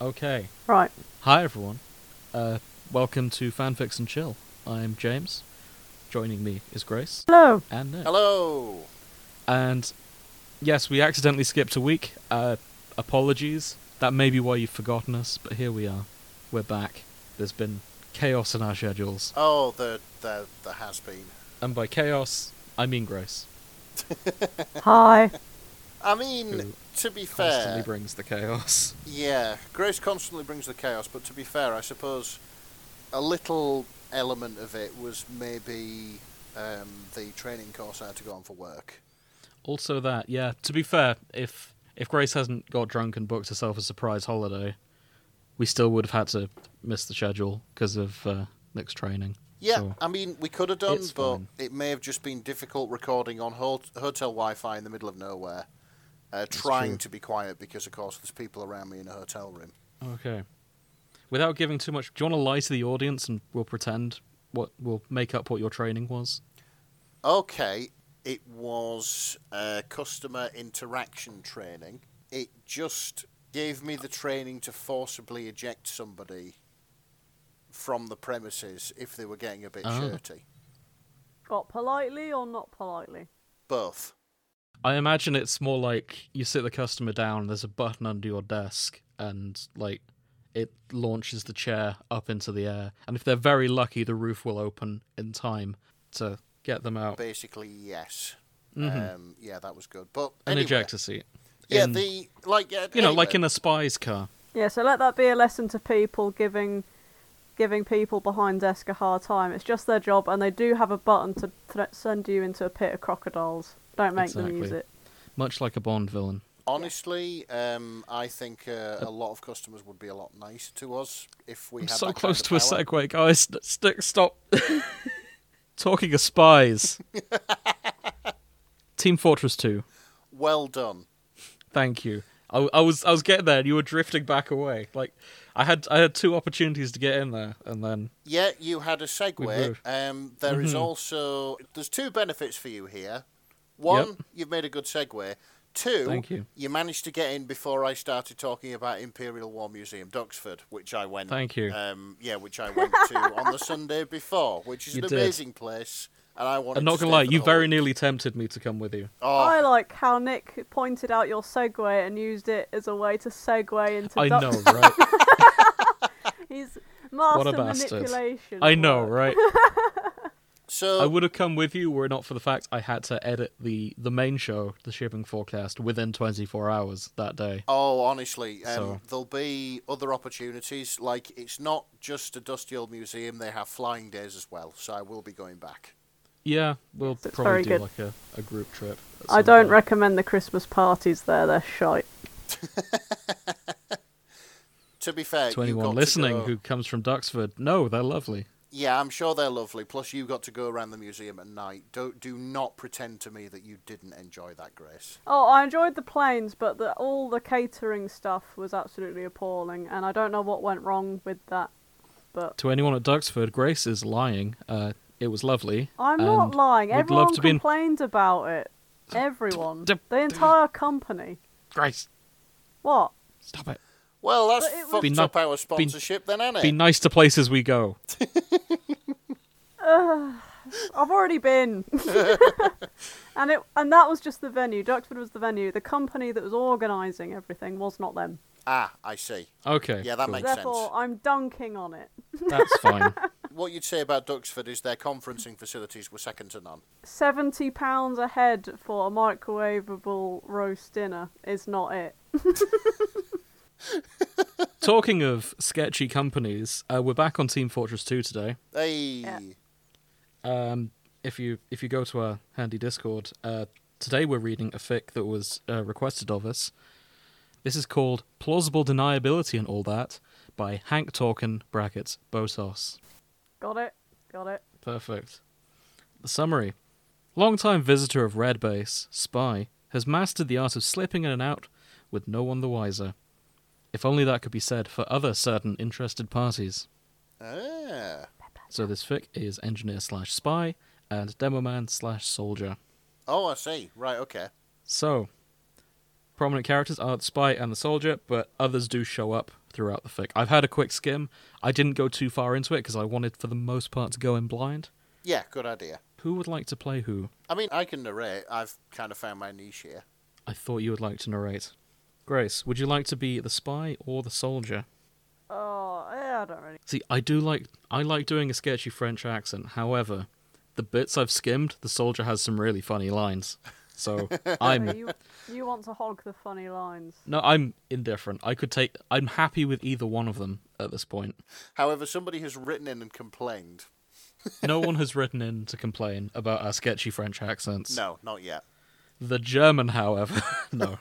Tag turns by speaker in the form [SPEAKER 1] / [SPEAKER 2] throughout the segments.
[SPEAKER 1] Okay.
[SPEAKER 2] Right.
[SPEAKER 1] Hi, everyone. Uh, welcome to Fanfics and Chill. I'm James. Joining me is Grace
[SPEAKER 2] Hello.
[SPEAKER 1] and Nick.
[SPEAKER 3] Hello.
[SPEAKER 1] And yes, we accidentally skipped a week. Uh, apologies. That may be why you've forgotten us, but here we are. We're back. There's been chaos in our schedules.
[SPEAKER 3] Oh, the the the has been.
[SPEAKER 1] And by chaos, I mean Grace.
[SPEAKER 2] Hi.
[SPEAKER 3] I mean,
[SPEAKER 1] Who
[SPEAKER 3] to
[SPEAKER 1] Constantly
[SPEAKER 3] be fair,
[SPEAKER 1] brings the chaos.
[SPEAKER 3] yeah, Grace constantly brings the chaos. But to be fair, I suppose a little element of it was maybe um, the training course I had to go on for work.
[SPEAKER 1] Also that, yeah. To be fair, if if Grace hasn't got drunk and booked herself a surprise holiday, we still would have had to miss the schedule because of uh, Nick's training.
[SPEAKER 3] Yeah,
[SPEAKER 1] So,
[SPEAKER 3] I mean, we could have done,
[SPEAKER 1] It's
[SPEAKER 3] but
[SPEAKER 1] fine.
[SPEAKER 3] it may have just been difficult recording on hot hotel Wi-Fi in the middle of nowhere, uh, trying
[SPEAKER 1] true.
[SPEAKER 3] to be quiet because, of course, there's people around me in a hotel room.
[SPEAKER 1] okay. Without giving too much, do you want to lie to the audience and we'll pretend what we'll make up what your training was?
[SPEAKER 3] Okay, it was uh, customer interaction training. It just gave me the training to forcibly eject somebody from the premises if they were getting a bit
[SPEAKER 1] Ah.
[SPEAKER 3] shirty.
[SPEAKER 2] Got politely or not politely?
[SPEAKER 3] Both.
[SPEAKER 1] I imagine it's more like you sit the customer down, there's a button under your desk, and like it launches the chair up into the air. And if they're very lucky, the roof will open in time to get them out.
[SPEAKER 3] Basically, yes.
[SPEAKER 1] Mhm.
[SPEAKER 3] Um, yeah, that was good. But
[SPEAKER 1] An
[SPEAKER 3] anyway,
[SPEAKER 1] ejector seat.
[SPEAKER 3] Yeah,
[SPEAKER 1] in-
[SPEAKER 3] the like. Yeah,
[SPEAKER 1] you know, like
[SPEAKER 3] anyway.
[SPEAKER 1] in a spy's car.
[SPEAKER 2] Yeah. So let that be a lesson to people giving giving people behind desk a hard time. It's just their job, and they do have a button to th- send you into a pit of crocodiles. Don't make them use
[SPEAKER 1] Exactly.
[SPEAKER 2] it.
[SPEAKER 1] Much like a Bond villain.
[SPEAKER 3] Honestly, um, I think uh, a lot of customers would be a lot nicer to us if we
[SPEAKER 1] I'm
[SPEAKER 3] had
[SPEAKER 1] so
[SPEAKER 3] that kind
[SPEAKER 1] close
[SPEAKER 3] of
[SPEAKER 1] to a
[SPEAKER 3] power.
[SPEAKER 1] segue, guys. St- st- stop talking of spies. Team Fortress 2.
[SPEAKER 3] Well done.
[SPEAKER 1] Thank you. I, I was I was getting there, and you were drifting back away. Like I had I had two opportunities to get in there, and then
[SPEAKER 3] Yeah, you had a segue.
[SPEAKER 1] moved.
[SPEAKER 3] Um, there is
[SPEAKER 1] Mm-hmm.
[SPEAKER 3] also there's two benefits for you here. One, you've made a good segue. Two,
[SPEAKER 1] Thank you.
[SPEAKER 3] managed to get in before I started talking about Imperial War Museum, Duxford, which I went.
[SPEAKER 1] Thank you.
[SPEAKER 3] Um, yeah, which I went to on the Sunday before, which is
[SPEAKER 1] You
[SPEAKER 3] an
[SPEAKER 1] did.
[SPEAKER 3] amazing place, and I wanted.
[SPEAKER 1] I'm not
[SPEAKER 3] to
[SPEAKER 1] gonna
[SPEAKER 3] stay
[SPEAKER 1] lie,
[SPEAKER 3] for
[SPEAKER 1] you
[SPEAKER 3] the whole
[SPEAKER 1] very
[SPEAKER 3] week.
[SPEAKER 1] nearly tempted me to come with you.
[SPEAKER 3] Oh,
[SPEAKER 2] I like how Nick pointed out your segue and used it as a way to segue into.
[SPEAKER 1] I
[SPEAKER 2] duck-
[SPEAKER 1] know, right?
[SPEAKER 2] He's master
[SPEAKER 1] What a bastard.
[SPEAKER 2] manipulation.
[SPEAKER 1] I
[SPEAKER 2] at
[SPEAKER 1] know,
[SPEAKER 2] work.
[SPEAKER 1] right?
[SPEAKER 3] so
[SPEAKER 2] Oh.
[SPEAKER 1] I would have come with you were it not for the fact I had to edit the the main show, the shipping forecast, within 24 hours that day.
[SPEAKER 3] Oh, honestly, um,
[SPEAKER 1] So-
[SPEAKER 3] there'll be other opportunities. Like it's not just a dusty old museum; they have flying days as well. So I will be going back.
[SPEAKER 1] Yeah, we'll
[SPEAKER 2] Yes, it's
[SPEAKER 1] probably
[SPEAKER 2] very
[SPEAKER 1] do
[SPEAKER 2] good.
[SPEAKER 1] like a, a group trip. at
[SPEAKER 2] I
[SPEAKER 1] some
[SPEAKER 2] don't
[SPEAKER 1] point.
[SPEAKER 2] recommend the Christmas parties there. They're shite.
[SPEAKER 3] To be
[SPEAKER 1] to
[SPEAKER 3] fair, you got
[SPEAKER 1] anyone
[SPEAKER 3] to
[SPEAKER 1] listening
[SPEAKER 3] go-
[SPEAKER 1] who comes from Duxford. No, they're lovely.
[SPEAKER 3] yeah, I'm sure they're lovely. Plus, you got to go around the museum at night. Don't do not pretend to me that you didn't enjoy that, Grace.
[SPEAKER 2] Oh, I enjoyed the planes, but the, all the catering stuff was absolutely appalling, and I don't know what went wrong with that. But
[SPEAKER 1] To anyone at Duxford, Grace is lying. Uh, it was lovely.
[SPEAKER 2] I'm
[SPEAKER 1] and
[SPEAKER 2] not lying.
[SPEAKER 1] would love
[SPEAKER 2] Everyone
[SPEAKER 1] to be in-
[SPEAKER 2] complained about it. Everyone,
[SPEAKER 1] d-
[SPEAKER 2] the entire company.
[SPEAKER 1] Grace,
[SPEAKER 2] What?
[SPEAKER 1] stop it.
[SPEAKER 3] Well, that's
[SPEAKER 2] But it was-
[SPEAKER 3] fucked
[SPEAKER 1] Be ni-
[SPEAKER 3] up our sponsorship, then, ain't it?
[SPEAKER 1] Be nice to places we go.
[SPEAKER 2] I've already been. and it and that was just the venue. Duxford was the venue. The company that was organising everything was not them.
[SPEAKER 3] ah, I see.
[SPEAKER 1] Okay.
[SPEAKER 3] Yeah, that
[SPEAKER 1] cool.
[SPEAKER 3] makes-
[SPEAKER 2] Therefore,
[SPEAKER 3] sense.
[SPEAKER 2] I'm dunking on it.
[SPEAKER 1] That's fine.
[SPEAKER 3] What you'd say about Duxford is their conferencing facilities were second to none.
[SPEAKER 2] Seventy pounds a head for a microwavable roast dinner is not it.
[SPEAKER 1] Talking of sketchy companies, uh, we're back on Team Fortress 2 today.
[SPEAKER 3] Hey,
[SPEAKER 1] Um, if you if you go to our handy Discord, uh, today we're reading a fic that was uh, requested of us. This is called "Plausible Deniability and All That" by Hank Talkin brackets Botos.
[SPEAKER 2] Got it. Got it.
[SPEAKER 1] Perfect. The summary. Longtime visitor of Red Base, Spy, has mastered the art of slipping in and out with no one the wiser. If only that could be said for other certain interested parties.
[SPEAKER 3] ah.
[SPEAKER 1] So this fic is engineer slash spy and demo man slash soldier.
[SPEAKER 3] oh, I see. Right, okay.
[SPEAKER 1] So, prominent characters are the spy and the soldier, but others do show up throughout the fic. I've had a quick skim. I didn't go too far into it because I wanted, for the most part, to go in blind.
[SPEAKER 3] Yeah, good idea.
[SPEAKER 1] Who would like to play who?
[SPEAKER 3] I mean, I can narrate. I've kind of found my niche here.
[SPEAKER 1] I thought you would like to narrate. Grace, would you like to be the spy or the soldier?
[SPEAKER 2] Oh, yeah, I don't really.
[SPEAKER 1] See, I do like I like doing a sketchy French accent. However, the bits I've skimmed, the soldier has some really funny lines. So
[SPEAKER 2] So
[SPEAKER 1] I'm
[SPEAKER 2] you, you want to hog the funny lines.
[SPEAKER 1] no, I'm indifferent. I could take. I'm happy with either one of them at this point.
[SPEAKER 3] However, somebody has written in and complained.
[SPEAKER 1] No one has written in to complain about our sketchy French accents.
[SPEAKER 3] No, not yet.
[SPEAKER 1] The German, however, no.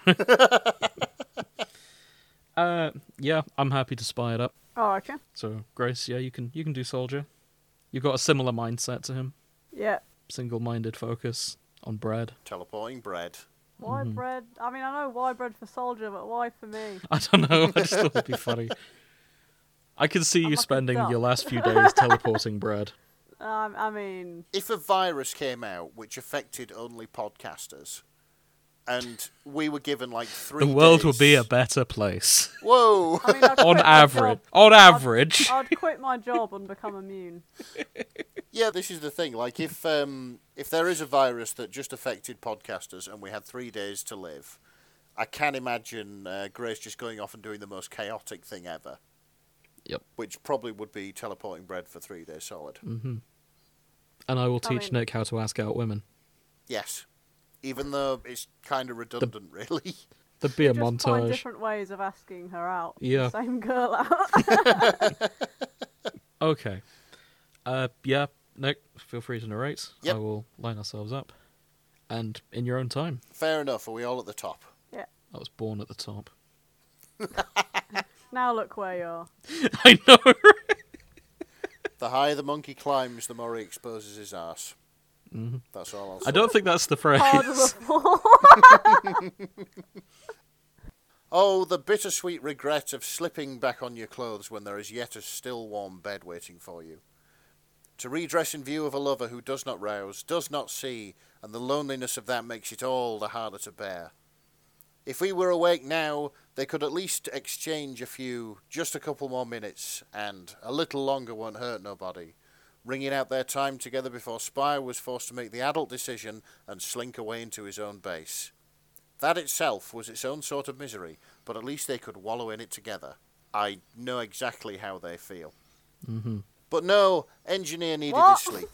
[SPEAKER 1] uh, yeah, I'm happy to spy it up.
[SPEAKER 2] Oh, okay.
[SPEAKER 1] So Grace, yeah, you can you can do soldier. You've got a similar mindset to him.
[SPEAKER 2] Yeah.
[SPEAKER 1] Single-minded focus on bread.
[SPEAKER 3] Teleporting bread.
[SPEAKER 2] Why
[SPEAKER 1] Mm-hmm.
[SPEAKER 2] bread? I mean, I know why bread for soldier, but why for me?
[SPEAKER 1] I don't know. I just thought it'd be funny. I can see
[SPEAKER 2] I'm
[SPEAKER 1] you
[SPEAKER 2] like a
[SPEAKER 1] spending
[SPEAKER 2] duck.
[SPEAKER 1] your last few days teleporting bread.
[SPEAKER 2] Um, I mean,
[SPEAKER 3] If a virus came out which affected only podcasters, and we were given like three.
[SPEAKER 1] The world will
[SPEAKER 3] days-
[SPEAKER 1] be a better place.
[SPEAKER 3] Whoa!
[SPEAKER 2] I mean, I'd
[SPEAKER 1] On
[SPEAKER 2] quit my
[SPEAKER 1] average.
[SPEAKER 2] job-
[SPEAKER 1] On average.
[SPEAKER 2] I'd quit my job and become immune.
[SPEAKER 3] Yeah, this is the thing. Like, if um, if there is a virus that just affected podcasters and we had three days to live, I can imagine uh, Grace just going off and doing the most chaotic thing ever.
[SPEAKER 1] Yep.
[SPEAKER 3] Which probably would be teleporting bread for three days solid.
[SPEAKER 1] And I will
[SPEAKER 2] I
[SPEAKER 1] teach
[SPEAKER 2] mean-
[SPEAKER 1] Nick how to ask out women.
[SPEAKER 3] Yes, even though it's kind of redundant, really.
[SPEAKER 1] There'd be a
[SPEAKER 2] Just find
[SPEAKER 1] montage.
[SPEAKER 2] different ways of asking her out.
[SPEAKER 1] Yeah.
[SPEAKER 2] Same girl out.
[SPEAKER 1] Okay. Uh, yeah, Nick, feel free to narrate.
[SPEAKER 3] Yep.
[SPEAKER 1] I will line ourselves up. And in your own time.
[SPEAKER 3] Fair enough. Are we all at the top?
[SPEAKER 2] yeah.
[SPEAKER 1] I was born at the top.
[SPEAKER 2] Now look where you are.
[SPEAKER 1] I know.
[SPEAKER 3] The higher the monkey climbs, the more he exposes his ass. mm That's all I'll say.
[SPEAKER 1] Mm-hmm. I don't think that's the phrase.
[SPEAKER 2] Harder the fall.
[SPEAKER 3] Oh, the bittersweet regret of slipping back on your clothes when there is yet a still warm bed waiting for you. To redress in view of a lover who does not rouse, does not see, and the loneliness of that makes it all the harder to bear. If we were awake now, they could at least exchange a few, just a couple more minutes, and a little longer won't hurt nobody. Ringing out their time together before Spire was forced to make the adult decision and slink away into his own base. That itself was its own sort of misery, but at least they could wallow in it together. I know exactly how they feel. Mm-hmm. But no, engineer needed
[SPEAKER 2] What?
[SPEAKER 3] his sleep.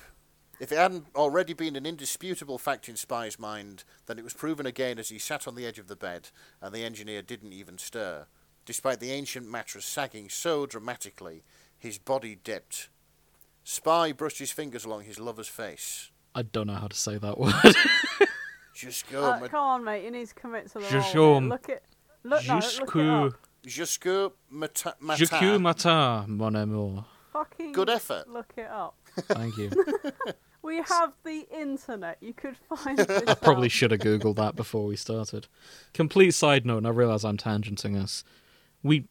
[SPEAKER 3] If it hadn't already been an indisputable fact in Spy's mind, then it was proven again as he sat on the edge of the bed, and the engineer didn't even stir. Despite the ancient mattress sagging so dramatically, his body dipped. Spy brushed his fingers along his lover's face.
[SPEAKER 1] I don't know how to say that word.
[SPEAKER 3] Just go,
[SPEAKER 2] Uh,
[SPEAKER 3] ma-
[SPEAKER 2] come on, mate. You need to commit to the
[SPEAKER 1] Just
[SPEAKER 2] role.
[SPEAKER 1] um,
[SPEAKER 2] mate. Look at. Look, no, look it
[SPEAKER 1] Jusqu'où-
[SPEAKER 2] up.
[SPEAKER 3] jusque mata- mata-
[SPEAKER 1] Jusqu'où matin, mon amour.
[SPEAKER 2] Fucking
[SPEAKER 3] Good effort.
[SPEAKER 2] Look it up.
[SPEAKER 1] Thank you.
[SPEAKER 2] We have the internet. You could find this.
[SPEAKER 1] I probably
[SPEAKER 2] out.
[SPEAKER 1] should have googled that before we started. Complete side note, and I realise I'm tangenting us. We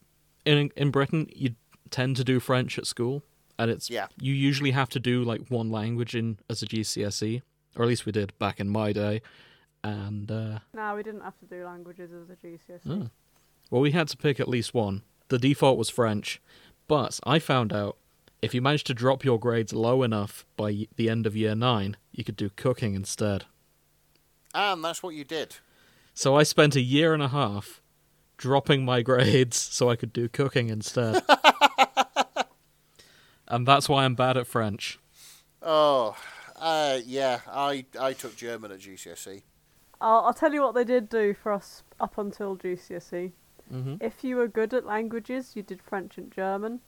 [SPEAKER 1] in in Britain, you tend to do French at school, and it's
[SPEAKER 3] Yeah.
[SPEAKER 1] you usually have to do like one language in as a GCSE, E, or at least we did back in my day. And uh,
[SPEAKER 2] No, we didn't have to do languages as a GCSE.
[SPEAKER 3] Hmm.
[SPEAKER 1] well, we had to pick at least one. The default was French, but I found out if you managed to drop your grades low enough by y- the end of year nine, you could do cooking instead.
[SPEAKER 3] And that's what you did.
[SPEAKER 1] So I spent a year and a half dropping my grades so I could do cooking instead. and that's why I'm bad at French.
[SPEAKER 3] Oh, uh, yeah, I, I took German at GCSE.
[SPEAKER 2] I'll, I'll tell you what they did do for us up until GCSE. E.
[SPEAKER 3] Mm-hmm.
[SPEAKER 2] If you were good at languages, you did French and German.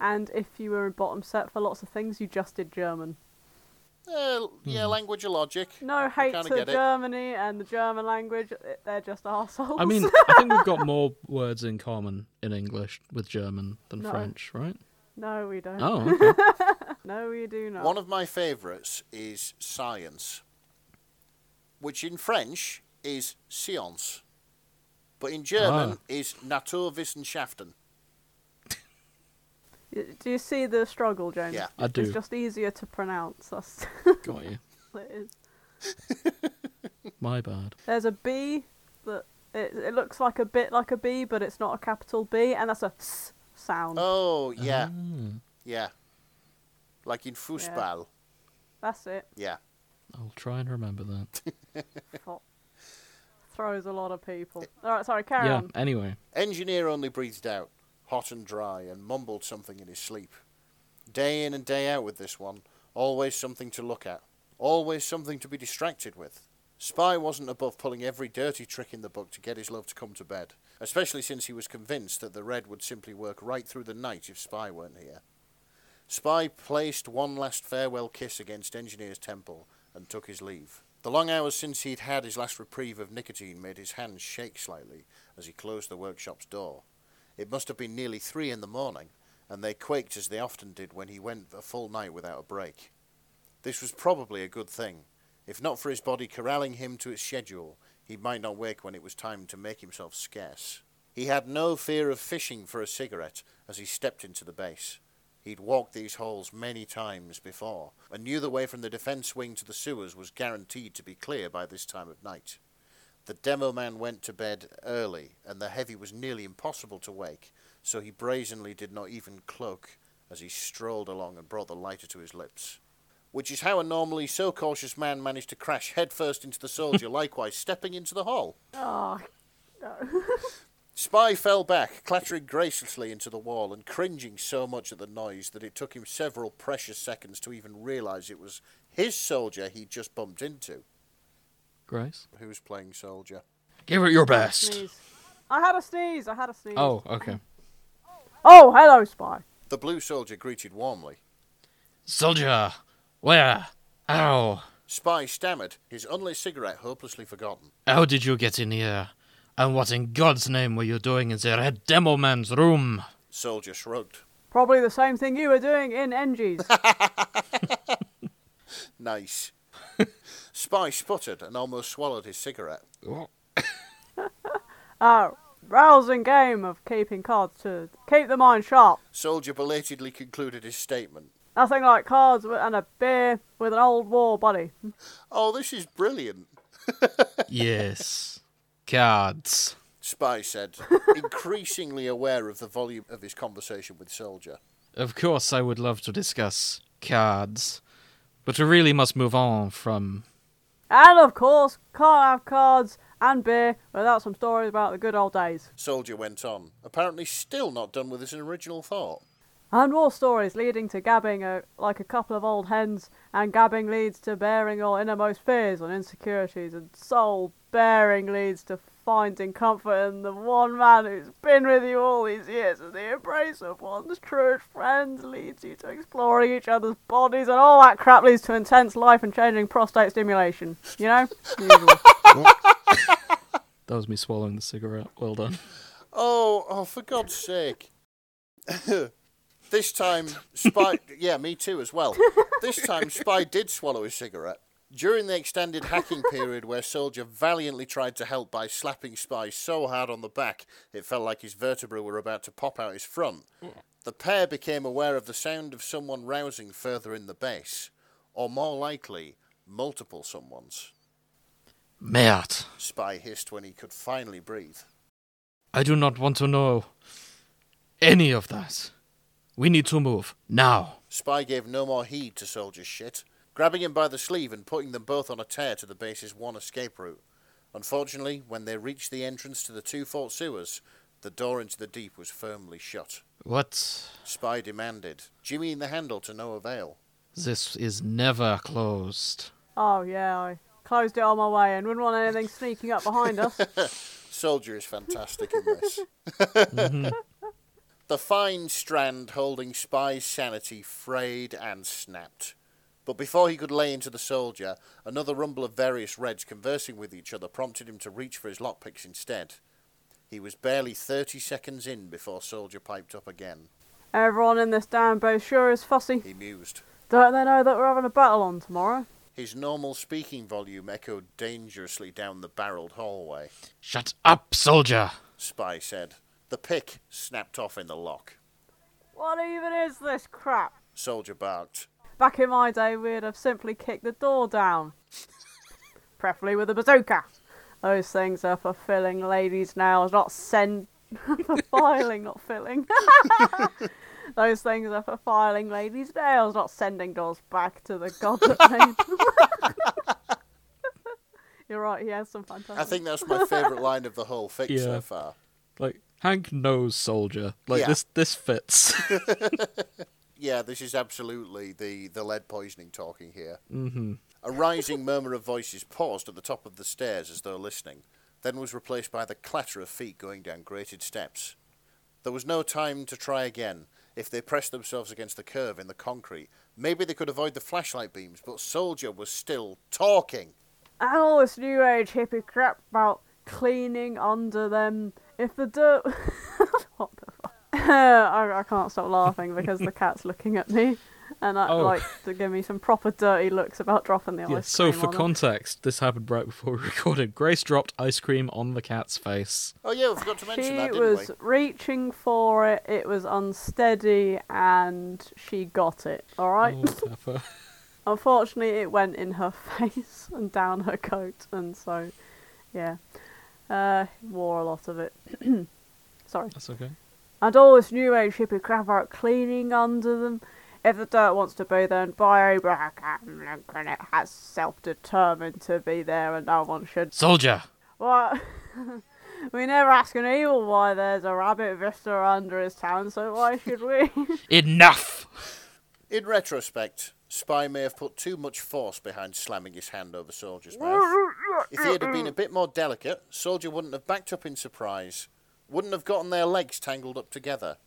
[SPEAKER 2] And if you were a bottom set for lots of things, you just did German.
[SPEAKER 3] Uh, yeah,
[SPEAKER 1] Hmm.
[SPEAKER 3] language of logic.
[SPEAKER 2] No hate to
[SPEAKER 3] kinda get it.
[SPEAKER 2] Germany and the German language. it- They're just arseholes.
[SPEAKER 1] I mean, I think we've got more words in common in English with German than
[SPEAKER 2] No.
[SPEAKER 1] French, right?
[SPEAKER 2] no, we don't.
[SPEAKER 1] Oh, okay.
[SPEAKER 2] No, we do not.
[SPEAKER 3] One of my favourites is science, which in French is science, but in German
[SPEAKER 1] Ah.
[SPEAKER 3] is Naturwissenschaften.
[SPEAKER 2] Y- Do you see the struggle, James?
[SPEAKER 3] Yeah.
[SPEAKER 1] I do.
[SPEAKER 2] It's just easier to pronounce. That's
[SPEAKER 1] got you.
[SPEAKER 2] all it is.
[SPEAKER 1] My bad.
[SPEAKER 2] There's a B that it, it looks like a bit like a B, but it's not a capital B, and that's a s sound.
[SPEAKER 3] Oh, yeah,
[SPEAKER 1] Ah,
[SPEAKER 3] yeah. Like in Fußball.
[SPEAKER 2] That's it.
[SPEAKER 3] Yeah.
[SPEAKER 1] I'll try and remember that.
[SPEAKER 2] Fuck. Throws a lot of people. All right, sorry, carry
[SPEAKER 1] yeah.
[SPEAKER 2] on.
[SPEAKER 1] Anyway,
[SPEAKER 3] Engineer only breathed out, hot and dry, and mumbled something in his sleep. Day in and day out with this one, always something to look at, always something to be distracted with. Spy wasn't above pulling every dirty trick in the book to get his love to come to bed, especially since he was convinced that the red would simply work right through the night if Spy weren't here. Spy placed one last farewell kiss against Engineer's temple and took his leave. The long hours since he'd had his last reprieve of nicotine made his hands shake slightly as he closed the workshop's door. It must have been nearly three in the morning, and they quaked as they often did when he went a full night without a break. This was probably a good thing. If not for his body corralling him to its schedule, he might not wake when it was time to make himself scarce. He had no fear of fishing for a cigarette as he stepped into the base. He'd walked these holes many times before, and knew the way from the defence wing to the sewers was guaranteed to be clear by this time of night. The demo man went to bed early, and the heavy was nearly impossible to wake, so he brazenly did not even cloak as he strolled along and brought the lighter to his lips. Which is how a normally so cautious man managed to crash headfirst into the soldier, likewise stepping into the hole.
[SPEAKER 2] Oh,
[SPEAKER 3] Spy fell back, clattering gracelessly into the wall and cringing so much at the noise that it took him several precious seconds to even realise it was his soldier he'd just bumped into.
[SPEAKER 1] Grace,
[SPEAKER 3] Who was playing soldier?
[SPEAKER 1] give it your best.
[SPEAKER 2] sneeze. I had a sneeze. I had a sneeze.
[SPEAKER 1] Oh, okay.
[SPEAKER 2] Oh, hello, spy.
[SPEAKER 3] The blue soldier greeted warmly.
[SPEAKER 1] Soldier, where? How?
[SPEAKER 3] Spy stammered, his unlit cigarette hopelessly forgotten.
[SPEAKER 1] How did you get in here? And what in God's name were you doing in the red demo man's room?
[SPEAKER 3] Soldier shrugged.
[SPEAKER 2] Probably the same thing you were doing in NG's.
[SPEAKER 3] Nice. Spy sputtered and almost swallowed his cigarette.
[SPEAKER 2] A rousing game of keeping cards to keep the mind sharp.
[SPEAKER 3] Soldier belatedly concluded his statement.
[SPEAKER 2] Nothing like cards wi- and a beer with an old war buddy.
[SPEAKER 3] Oh, this is brilliant,
[SPEAKER 1] yes. Cards.
[SPEAKER 3] Spy said, increasingly aware of the volume of his conversation with Soldier.
[SPEAKER 1] Of course, I would love to discuss cards, but we really must move on from.
[SPEAKER 2] And of course, can't have cards and beer without some stories about the good old days.
[SPEAKER 3] Soldier went on, apparently still not done with his original thought.
[SPEAKER 2] And more stories leading to gabbing uh, like a couple of old hens, and gabbing leads to bearing your innermost fears and insecurities, and soul bearing leads to finding comfort in the one man who's been with you all these years, and the embrace of one's truest friends leads you to exploring each other's bodies, and all that crap leads to intense life and changing prostate stimulation. You know? Usual.
[SPEAKER 1] That was me swallowing the cigarette. Well done.
[SPEAKER 3] Oh, oh, for God's sake. this time, Spy. yeah, me too, as well. This time, Spy did swallow his cigarette. During the extended hacking period where Soldier valiantly tried to help by slapping Spy so hard on the back it felt like his vertebrae were about to pop out his front, the pair became aware of the sound of someone rousing further in the base, or more likely, multiple someones.
[SPEAKER 1] Mert,
[SPEAKER 3] Spy hissed when he could finally breathe.
[SPEAKER 1] I do not want to know any of that. We need to move now.
[SPEAKER 3] Spy gave no more heed to Soldier's shit, grabbing him by the sleeve and putting them both on a tear to the base's one escape route. Unfortunately, when they reached the entrance to the two fort sewers, the door into the deep was firmly shut.
[SPEAKER 1] What?
[SPEAKER 3] Spy demanded, Jimmy in the handle to no avail.
[SPEAKER 1] This is never closed.
[SPEAKER 2] oh, yeah, I closed it on my way and wouldn't want anything sneaking up behind us.
[SPEAKER 3] Soldier is fantastic in this. the fine strand holding Spy's sanity frayed and snapped. But before he could lay into the soldier, another rumble of various Reds conversing with each other prompted him to reach for his lockpicks instead. He was barely 30 seconds in before Soldier piped up again.
[SPEAKER 2] Everyone in this damn base sure is fussy.
[SPEAKER 3] He mused.
[SPEAKER 2] Don't they know that we're having a battle on tomorrow?
[SPEAKER 3] His normal speaking volume echoed dangerously down the barreled hallway.
[SPEAKER 1] Shut up, soldier!
[SPEAKER 3] Spy said. The pick snapped off in the lock.
[SPEAKER 2] What even is this crap?
[SPEAKER 3] Soldier barked.
[SPEAKER 2] Back in my day, we'd have simply kicked the door down. Preferably with a bazooka. Those things are for filling ladies now, not send for filing, not filling. Those things are for filing ladies' nails, not sending doors back to the god that made them. You're right, he has some fantastic.
[SPEAKER 3] I think that's my favourite line of the whole fic
[SPEAKER 1] Yeah.
[SPEAKER 3] so far.
[SPEAKER 1] Like Hank knows soldier. Like
[SPEAKER 3] Yeah.
[SPEAKER 1] this this fits.
[SPEAKER 3] Yeah, this is absolutely the, the lead poisoning talking here.
[SPEAKER 1] hmm
[SPEAKER 3] A rising murmur of voices paused at the top of the stairs as though listening, then was replaced by the clatter of feet going down grated steps. There was no time to try again. If they pressed themselves against the curve in the concrete, maybe they could avoid the flashlight beams, but Soldier was still talking.
[SPEAKER 2] and all this new age hippie crap about cleaning under them. If the dirt. what the fuck? I, I can't stop laughing because the cat's looking at me. And I
[SPEAKER 1] Oh.
[SPEAKER 2] like to give me some proper dirty looks about dropping the ice
[SPEAKER 1] Yeah, so
[SPEAKER 2] cream
[SPEAKER 1] for
[SPEAKER 2] on her.
[SPEAKER 1] context, this happened right before we recorded. Grace dropped ice cream on the cat's face.
[SPEAKER 3] Oh, yeah, we forgot to mention
[SPEAKER 2] she
[SPEAKER 3] that, didn't
[SPEAKER 2] was reaching for it. It was unsteady, and she got it. All right.
[SPEAKER 1] Oh, Pepper. Oh.
[SPEAKER 2] Unfortunately, it went in her face and down her coat, and so, yeah, uh, wore a lot of it. Sorry.
[SPEAKER 1] That's okay.
[SPEAKER 2] And all this new age hippie crap about cleaning under them. If the dirt wants to be there, and Bio Black and Lincoln, it has self determined to be there, and no one should
[SPEAKER 1] Soldier.
[SPEAKER 2] well, we never ask an evil why there's a rabbit vista under his town, so why should we?
[SPEAKER 1] Enough.
[SPEAKER 3] we? In retrospect, Spy may have put too much force behind slamming his hand over Soldier's mouth. If he had been a bit more delicate, Soldier wouldn't have backed up in surprise, wouldn't have gotten their legs tangled up together,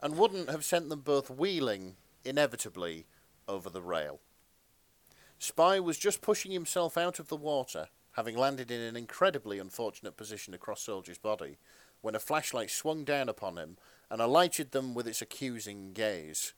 [SPEAKER 3] and wouldn't have sent them both wheeling, inevitably, over the rail. Spy was just pushing himself out of the water, having landed in an incredibly unfortunate position across Soldier's body, when a flashlight swung down upon him and alighted them with its accusing gaze.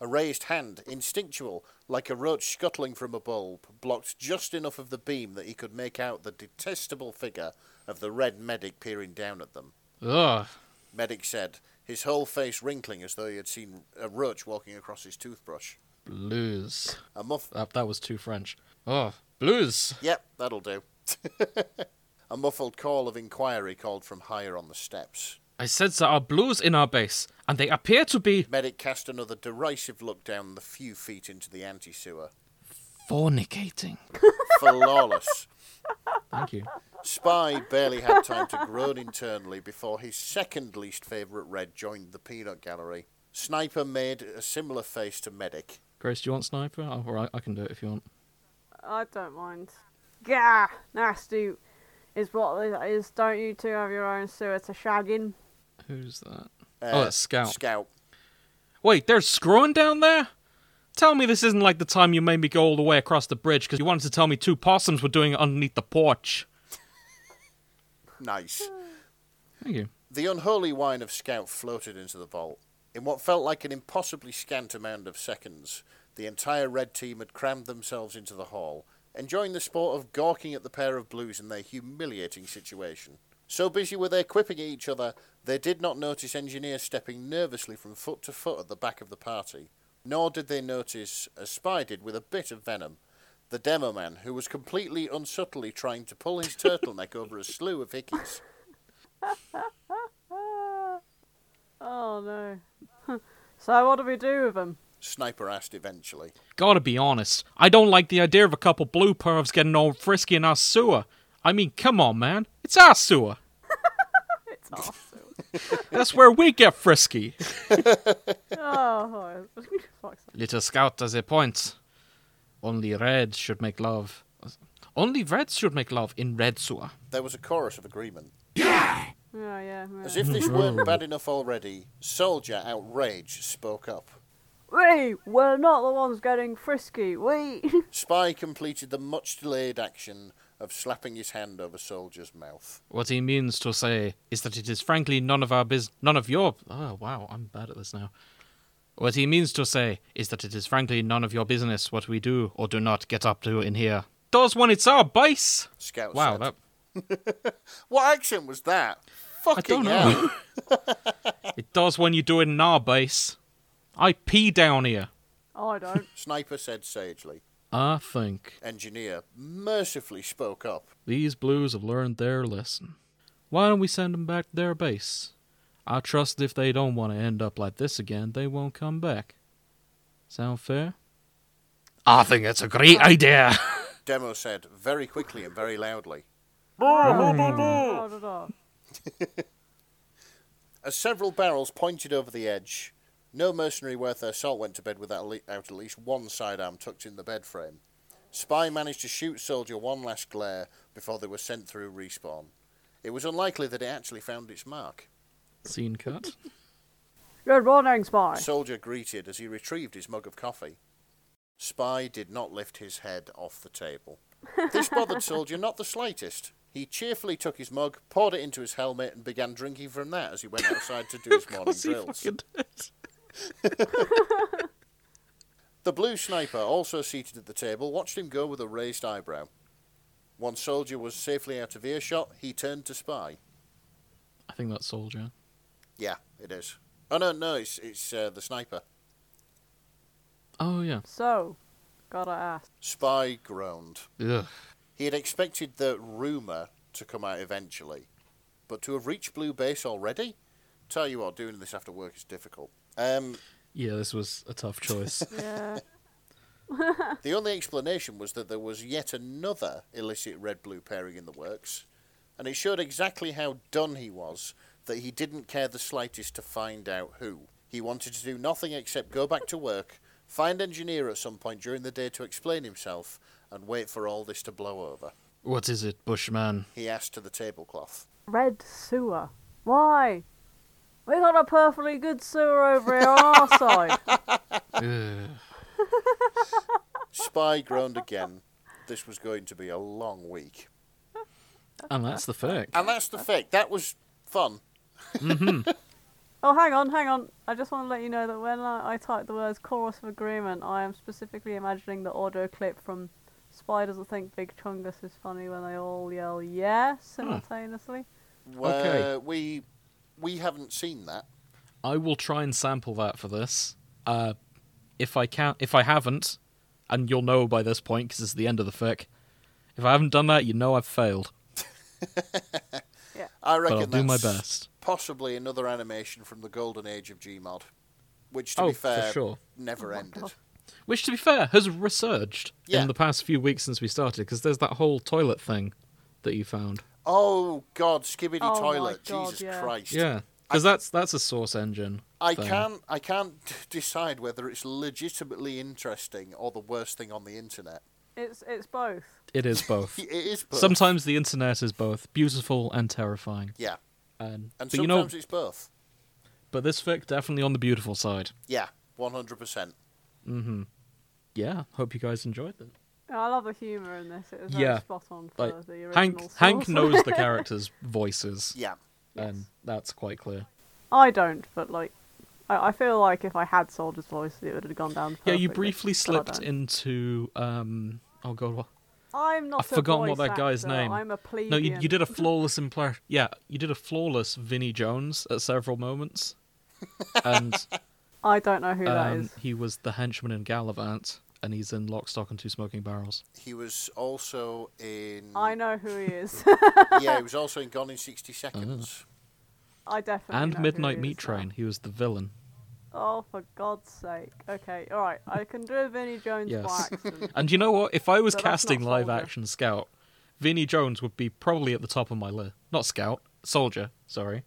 [SPEAKER 3] A raised hand, instinctual, like a roach scuttling from a bulb, blocked just enough of the beam that he could make out the detestable figure of the red medic peering down at them.
[SPEAKER 1] Ugh.
[SPEAKER 3] Medic said, his whole face wrinkling as though he had seen a roach walking across his toothbrush.
[SPEAKER 1] Blues.
[SPEAKER 3] A muff
[SPEAKER 1] That, that was too French. Oh, blues.
[SPEAKER 3] Yep, that'll do. a muffled call of inquiry called from higher on the steps.
[SPEAKER 1] I said there are blues in our base, and they appear to be
[SPEAKER 3] Medic cast another derisive look down the few feet into the anti sewer.
[SPEAKER 1] fornicating.
[SPEAKER 3] For lawless.
[SPEAKER 1] Thank you.
[SPEAKER 3] Spy barely had time to groan internally before his second least favourite red joined the peanut gallery. Sniper made a similar face to Medic.
[SPEAKER 1] Grace, do you want sniper? Oh, all right, I can do it if you want.
[SPEAKER 2] I don't mind. Gah, nasty is what it is. Don't you two have your own sewer to shag in?
[SPEAKER 1] Who's that?
[SPEAKER 3] Uh,
[SPEAKER 1] Oh, that's Scout.
[SPEAKER 3] Scout.
[SPEAKER 1] Wait, there's screwing down there? Tell me this isn't like the time you made me go all the way across the bridge because you wanted to tell me two possums were doing it underneath the porch.
[SPEAKER 3] Nice.
[SPEAKER 1] Thank you.
[SPEAKER 3] The unholy wine of Scout floated into the vault. In what felt like an impossibly scant amount of seconds, the entire red team had crammed themselves into the hall, enjoying the sport of gawking at the pair of blues in their humiliating situation. So busy were they quipping at each other, they did not notice Engineer stepping nervously from foot to foot at the back of the party, nor did they notice, as Spy did with a bit of venom, the demo man, who was completely unsubtly trying to pull his turtleneck over a slew of hickeys.
[SPEAKER 2] Ah. oh no. so what do we do with them?
[SPEAKER 3] Sniper asked eventually.
[SPEAKER 1] Gotta be honest, I don't like the idea of a couple blue pervs getting all frisky in our sewer. I mean, come on, man. It's our sewer.
[SPEAKER 2] It's our sewer.
[SPEAKER 1] That's where we get frisky.
[SPEAKER 2] oh, fuck's sake.
[SPEAKER 1] Little scout has a point. Only red should make love. Only reds should make love in red sewer.
[SPEAKER 3] There was a chorus of agreement.
[SPEAKER 2] Yeah, Oh, yeah. yeah.
[SPEAKER 3] As if this
[SPEAKER 1] Mm.
[SPEAKER 3] weren't bad enough already, Soldier Outrage spoke up.
[SPEAKER 2] We were not the ones getting frisky. We.
[SPEAKER 3] Spy completed the much delayed action of slapping his hand over Soldier's mouth.
[SPEAKER 1] What he means to say is that it is frankly none of our biz, none of your. Oh wow, I'm bad at this now. What he means to say is that it is frankly none of your business what we do or do not get up to in here. Does when it's our base.
[SPEAKER 3] Scout
[SPEAKER 1] Wow,
[SPEAKER 3] said,
[SPEAKER 1] that
[SPEAKER 3] What accent was that? Fucking
[SPEAKER 1] don't
[SPEAKER 3] hell.
[SPEAKER 1] know. it does when you do it in our base. I pee down here.
[SPEAKER 2] I don't.
[SPEAKER 3] Sniper said sagely.
[SPEAKER 1] I think
[SPEAKER 3] Engineer mercifully spoke up.
[SPEAKER 1] these blues have learned their lesson. Why don't we send them back to their base? I trust if they don't want to end up like this again, they won't come back. Sound fair? I think it's a great idea.
[SPEAKER 3] Demo said very quickly and very loudly.
[SPEAKER 2] Da, da, da.
[SPEAKER 3] As several barrels pointed over the edge, no mercenary worth their salt went to bed without le- out at least one sidearm tucked in the bed frame. Spy managed to shoot Soldier one last glare before they were sent through respawn. It was unlikely that it actually found its mark.
[SPEAKER 1] Scene cut.
[SPEAKER 2] Good morning, spy.
[SPEAKER 3] Soldier greeted as he retrieved his mug of coffee. Spy did not lift his head off the table. This bothered Soldier not the slightest. He cheerfully took his mug, poured it into his helmet, and began drinking from that as he went outside to do his morning
[SPEAKER 1] Course he
[SPEAKER 3] drills.
[SPEAKER 1] fucking does.
[SPEAKER 3] The blue sniper, also seated at the table, watched him go with a raised eyebrow. Once Soldier was safely out of earshot, he turned to Spy.
[SPEAKER 1] I think that's soldier.
[SPEAKER 3] Yeah, it is. Oh no, no, it's it's uh, the sniper.
[SPEAKER 1] Oh yeah.
[SPEAKER 2] So, gotta ask.
[SPEAKER 3] Spy groaned.
[SPEAKER 1] Ugh.
[SPEAKER 3] He had expected the rumor to come out eventually, but to have reached Blue Base already, tell you what, doing this after work is difficult. Um,
[SPEAKER 1] Yeah, this was a tough choice.
[SPEAKER 2] Yeah.
[SPEAKER 3] the only explanation was that there was yet another illicit red-blue pairing in the works, and it showed exactly how done he was that he didn't care the slightest to find out who. He wanted to do nothing except go back to work, find engineer at some point during the day to explain himself, and wait for all this to blow over.
[SPEAKER 1] what is it, Bushman?
[SPEAKER 3] He asked to the tablecloth.
[SPEAKER 2] Red sewer. Why? We got a perfectly good sewer over here on our side.
[SPEAKER 1] Ugh.
[SPEAKER 3] Spy groaned again. This was going to be a long week.
[SPEAKER 1] And that's the fact.
[SPEAKER 3] And that's the fact. That was fun.
[SPEAKER 2] Oh, hang on, hang on. I just want to let you know that when I, I type the words chorus of agreement, I am specifically imagining the audio clip from Spy Doesn't Think Big Chungus is funny when they all yell yeah simultaneously.
[SPEAKER 3] Where Uh, we we haven't seen that.
[SPEAKER 1] I will try and sample that for this. Uh, if I can, if I haven't, and you'll know by this point because it's the end of the fic. If I haven't done that, you know I've failed.
[SPEAKER 3] I
[SPEAKER 1] But
[SPEAKER 3] reckon
[SPEAKER 1] I'll do my
[SPEAKER 3] that's
[SPEAKER 1] best.
[SPEAKER 3] Possibly another animation from the golden age of Gmod, which to
[SPEAKER 1] Oh,
[SPEAKER 3] be fair
[SPEAKER 1] for sure.
[SPEAKER 3] never
[SPEAKER 2] Oh my
[SPEAKER 3] ended.
[SPEAKER 2] God.
[SPEAKER 1] Which, to be fair, has resurged
[SPEAKER 3] Yeah.
[SPEAKER 1] in the past few weeks since we started because there's that whole toilet thing that you found.
[SPEAKER 3] Oh God, Skibbity
[SPEAKER 2] Oh my
[SPEAKER 3] Toilet,
[SPEAKER 2] God,
[SPEAKER 3] Jesus
[SPEAKER 2] yeah.
[SPEAKER 3] Christ!
[SPEAKER 1] Yeah, because that's that's a source engine.
[SPEAKER 3] I
[SPEAKER 1] thing.
[SPEAKER 3] can't I can't decide whether it's legitimately interesting or the worst thing on the internet.
[SPEAKER 2] It's it's both.
[SPEAKER 1] It is both.
[SPEAKER 3] It is both.
[SPEAKER 1] Sometimes the internet is both beautiful and terrifying.
[SPEAKER 3] yeah,
[SPEAKER 1] And,
[SPEAKER 3] and
[SPEAKER 1] but you know,
[SPEAKER 3] sometimes it's both.
[SPEAKER 1] but this fic definitely on the beautiful side.
[SPEAKER 3] Yeah, one hundred percent.
[SPEAKER 1] Mm-hmm. Yeah, hope you guys enjoyed it.
[SPEAKER 2] And I love the humour in this. It was very
[SPEAKER 1] Yeah.
[SPEAKER 2] spot on for
[SPEAKER 1] Like
[SPEAKER 2] the original
[SPEAKER 1] Hank,
[SPEAKER 2] source.
[SPEAKER 1] Hank knows the characters' voices,
[SPEAKER 3] Yeah.
[SPEAKER 1] and that's quite clear.
[SPEAKER 2] I don't, but like, I, I feel like if I had Soldier's voice, it would have gone down.
[SPEAKER 1] Yeah, you
[SPEAKER 2] perfectly,
[SPEAKER 1] briefly
[SPEAKER 2] but I
[SPEAKER 1] slipped
[SPEAKER 2] don't.
[SPEAKER 1] into um. Oh god, what?
[SPEAKER 2] I'm not.
[SPEAKER 1] I've forgotten what
[SPEAKER 2] voice
[SPEAKER 1] that guy's
[SPEAKER 2] actor,
[SPEAKER 1] name-
[SPEAKER 2] I'm a plebeian.
[SPEAKER 1] No, you you did a flawless impression. Yeah, you did a flawless Vinnie Jones at several moments, and
[SPEAKER 2] I don't know who that
[SPEAKER 1] um,
[SPEAKER 2] is.
[SPEAKER 1] he was the henchman in Gallivant, and he's in Lock, Stock, and Two Smoking Barrels.
[SPEAKER 3] He was also in.
[SPEAKER 2] I know who he is.
[SPEAKER 3] yeah, he was also in Gone in 60
[SPEAKER 1] Uh-huh.
[SPEAKER 3] Seconds.
[SPEAKER 2] I definitely. know
[SPEAKER 1] and
[SPEAKER 2] who
[SPEAKER 1] Midnight
[SPEAKER 2] he
[SPEAKER 1] Meat
[SPEAKER 2] is now.
[SPEAKER 1] Train. He was the villain.
[SPEAKER 2] Oh, for God's sake! Okay, all right. I can do a Vinnie Jones
[SPEAKER 1] Yes.
[SPEAKER 2] by accident.
[SPEAKER 1] And you know what? If I was
[SPEAKER 2] So that's not
[SPEAKER 1] casting live
[SPEAKER 2] Soldier.
[SPEAKER 1] action Scout, Vinnie Jones would be probably at the top of my list. Not Scout, Soldier. Sorry.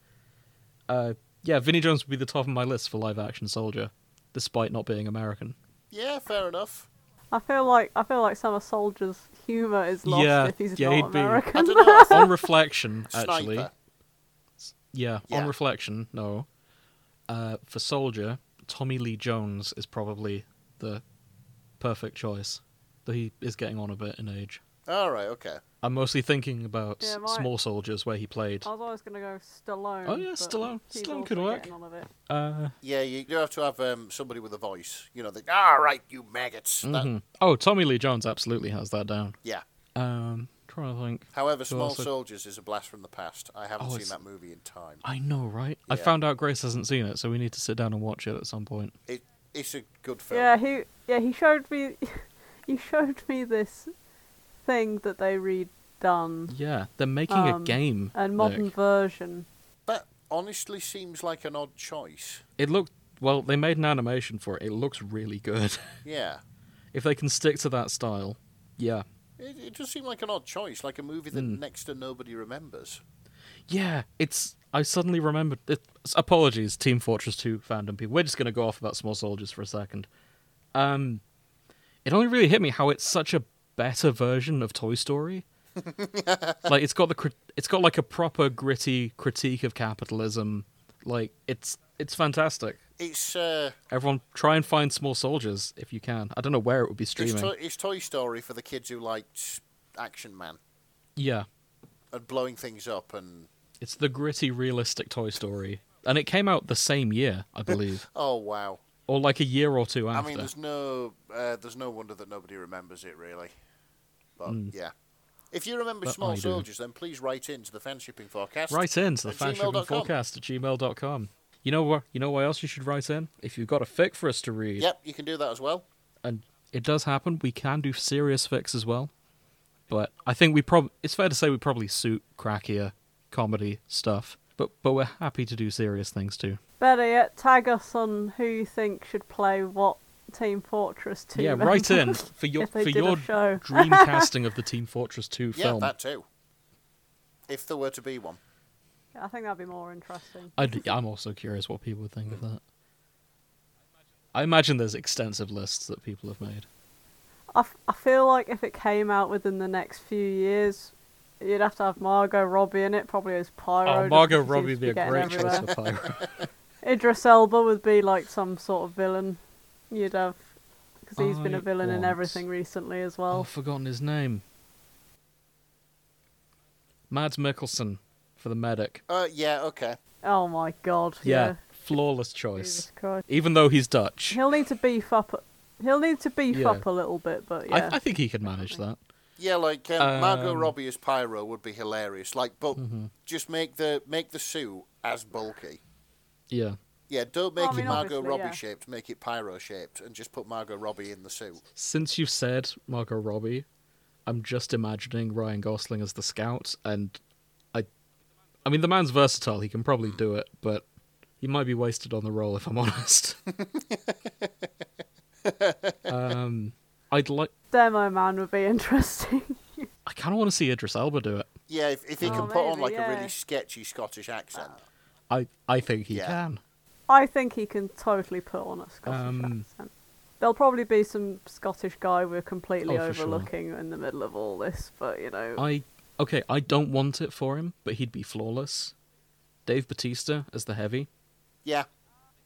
[SPEAKER 1] Uh, yeah, Vinnie Jones would be the top of my list for live action Soldier, despite not being American.
[SPEAKER 3] Yeah, fair enough.
[SPEAKER 2] I feel like I feel like some of Soldier's humour is lost
[SPEAKER 1] Yeah,
[SPEAKER 2] if he's
[SPEAKER 1] yeah,
[SPEAKER 2] not
[SPEAKER 1] he'd be-
[SPEAKER 3] I
[SPEAKER 2] American.
[SPEAKER 3] don't know. I thought
[SPEAKER 1] on reflection, actually,
[SPEAKER 3] Sniper.
[SPEAKER 1] yeah,
[SPEAKER 3] Yeah.
[SPEAKER 1] on reflection, no. Uh, for Soldier, Tommy Lee Jones is probably the perfect choice. Though he is getting on a bit in age.
[SPEAKER 3] All right, okay.
[SPEAKER 1] I'm mostly thinking about
[SPEAKER 2] Yeah,
[SPEAKER 1] s-
[SPEAKER 2] my-
[SPEAKER 1] small soldiers where he played.
[SPEAKER 2] I was always going to go Stallone.
[SPEAKER 1] Oh, yeah,
[SPEAKER 2] but
[SPEAKER 1] Stallone.
[SPEAKER 2] he's
[SPEAKER 1] Stallone could
[SPEAKER 2] also
[SPEAKER 1] work.
[SPEAKER 2] getting on a bit.
[SPEAKER 1] Uh,
[SPEAKER 3] Yeah, you do have to have um, somebody with a voice. You know, the, all right, you maggots. That-
[SPEAKER 1] mhm. Oh, Tommy Lee Jones absolutely has that down.
[SPEAKER 3] yeah.
[SPEAKER 1] Um, trying to think.
[SPEAKER 3] However, Small
[SPEAKER 1] also-
[SPEAKER 3] Soldiers is a blast from the past. I haven't
[SPEAKER 1] Oh,
[SPEAKER 3] seen
[SPEAKER 1] it's-
[SPEAKER 3] that movie in time.
[SPEAKER 1] I know, right? I
[SPEAKER 3] Yeah.
[SPEAKER 1] found out Grace hasn't seen it, so we need to sit down and watch it at some point.
[SPEAKER 3] It, it's a good film.
[SPEAKER 2] Yeah, he yeah he showed me, he showed me this thing that they redone
[SPEAKER 1] Yeah, they're making a
[SPEAKER 2] Um,
[SPEAKER 1] game.
[SPEAKER 2] and
[SPEAKER 1] Nick.
[SPEAKER 2] modern version.
[SPEAKER 3] But honestly seems like an odd choice.
[SPEAKER 1] It looked well. They made an animation for it. It looks really good.
[SPEAKER 3] Yeah.
[SPEAKER 1] if they can stick to that style, yeah,
[SPEAKER 3] It, it does seem like an odd choice, like a movie that
[SPEAKER 1] Mm.
[SPEAKER 3] next to nobody remembers.
[SPEAKER 1] yeah. It's. I suddenly remembered. It, apologies, Team Fortress Two fandom people. We're just gonna go off about Small Soldiers for a second. Um, it only really hit me how it's such a better version of Toy Story. like it's got the crit- it's got like a proper gritty critique of capitalism. Like it's it's fantastic.
[SPEAKER 3] It's uh,
[SPEAKER 1] Everyone, try and find Small Soldiers if you can. I don't know where it would be
[SPEAKER 3] it's,
[SPEAKER 1] streaming.
[SPEAKER 3] to- it's Toy Story for the kids who liked Action Man
[SPEAKER 1] yeah,
[SPEAKER 3] and blowing things up and
[SPEAKER 1] it's the gritty, realistic Toy Story, and it came out the same year, I believe,
[SPEAKER 3] oh wow.
[SPEAKER 1] or like a year or two after.
[SPEAKER 3] I mean, there's no uh, there's no wonder that nobody remembers it really. But yeah, if you
[SPEAKER 1] Mm.
[SPEAKER 3] remember
[SPEAKER 1] But I
[SPEAKER 3] Small
[SPEAKER 1] do.
[SPEAKER 3] Soldiers, then please write in to the fan shipping forecast.
[SPEAKER 1] Write in to the
[SPEAKER 3] At gmail.com.
[SPEAKER 1] fanshippingforecast at gmail.com. You know what? You know why else you should write in? If you've got a fic for us to read,
[SPEAKER 3] Yep, you can do that as well.
[SPEAKER 1] and it does happen. We can do serious fics as well, but I think we probably it's fair to say we probably suit crackier comedy stuff. But but we're happy to do serious things too.
[SPEAKER 2] Better yet, tag us on who you think should play what Team Fortress 2.
[SPEAKER 1] yeah,
[SPEAKER 2] member.
[SPEAKER 1] write in for your
[SPEAKER 2] If they
[SPEAKER 1] for
[SPEAKER 2] did a
[SPEAKER 1] your
[SPEAKER 2] show.
[SPEAKER 1] dream casting of the Team Fortress Two
[SPEAKER 3] Yeah,
[SPEAKER 1] film.
[SPEAKER 3] that too. If there were to be one.
[SPEAKER 2] I think that'd be more interesting.
[SPEAKER 1] I'd, I'm also curious what people would think of that. I imagine there's extensive lists that people have made.
[SPEAKER 2] I, f- I feel like if it came out within the next few years, you'd have to have Margot Robbie in it, probably as Pyro.
[SPEAKER 1] Oh,
[SPEAKER 2] just
[SPEAKER 1] Margot
[SPEAKER 2] because he
[SPEAKER 1] Robbie
[SPEAKER 2] seems
[SPEAKER 1] would
[SPEAKER 2] to
[SPEAKER 1] be a
[SPEAKER 2] getting
[SPEAKER 1] great choice
[SPEAKER 2] everywhere.
[SPEAKER 1] for Pyro.
[SPEAKER 2] Idris Elba would be like some sort of villain. You'd have because he's been
[SPEAKER 1] I
[SPEAKER 2] a villain in
[SPEAKER 1] want-
[SPEAKER 2] everything recently as
[SPEAKER 1] oh,
[SPEAKER 2] well.
[SPEAKER 1] I've forgotten his name. Mads Mikkelsen for the medic.
[SPEAKER 3] Uh, yeah, okay.
[SPEAKER 2] Oh my god.
[SPEAKER 1] Yeah,
[SPEAKER 2] Yeah.
[SPEAKER 1] flawless
[SPEAKER 2] Jesus
[SPEAKER 1] choice.
[SPEAKER 2] Christ.
[SPEAKER 1] Even though he's Dutch,
[SPEAKER 2] He'll need to beef up. He'll need to beef
[SPEAKER 1] Yeah.
[SPEAKER 2] up a little bit, but yeah.
[SPEAKER 1] I, I think he could manage that.
[SPEAKER 3] Yeah, like um, Margot
[SPEAKER 1] Um, Mm-hmm.
[SPEAKER 3] Robbie as Pyro would be hilarious. Like, but just make the make the suit as bulky.
[SPEAKER 1] Yeah,
[SPEAKER 3] Yeah, don't make
[SPEAKER 2] I mean,
[SPEAKER 3] it Margot
[SPEAKER 2] obviously,
[SPEAKER 3] Robbie
[SPEAKER 2] yeah.
[SPEAKER 3] shaped. Make it Pyro shaped, and just put Margot Robbie in the suit.
[SPEAKER 1] since you've said Margot Robbie, I'm just imagining Ryan Gosling as the scout, and I, I mean, the man's versatile. He can probably do it, but he might be wasted on the role if I'm honest. um, I'd like.
[SPEAKER 2] Demo Man would be interesting.
[SPEAKER 1] I kind of want to see Idris Elba do it.
[SPEAKER 3] Yeah, if, if he
[SPEAKER 2] Oh,
[SPEAKER 3] can put on
[SPEAKER 2] maybe,
[SPEAKER 3] like a
[SPEAKER 2] yeah. Uh.
[SPEAKER 3] really sketchy Scottish accent.
[SPEAKER 1] I I think he
[SPEAKER 3] Yeah.
[SPEAKER 1] can.
[SPEAKER 2] I think he can totally put on a Scottish
[SPEAKER 1] Um,
[SPEAKER 2] accent. There'll probably be some Scottish guy we're completely
[SPEAKER 1] Oh, for sure.
[SPEAKER 2] overlooking in the middle of all this, but you know,
[SPEAKER 1] I okay. I don't want it for him, but he'd be flawless. Dave Batista as the heavy,
[SPEAKER 3] yeah,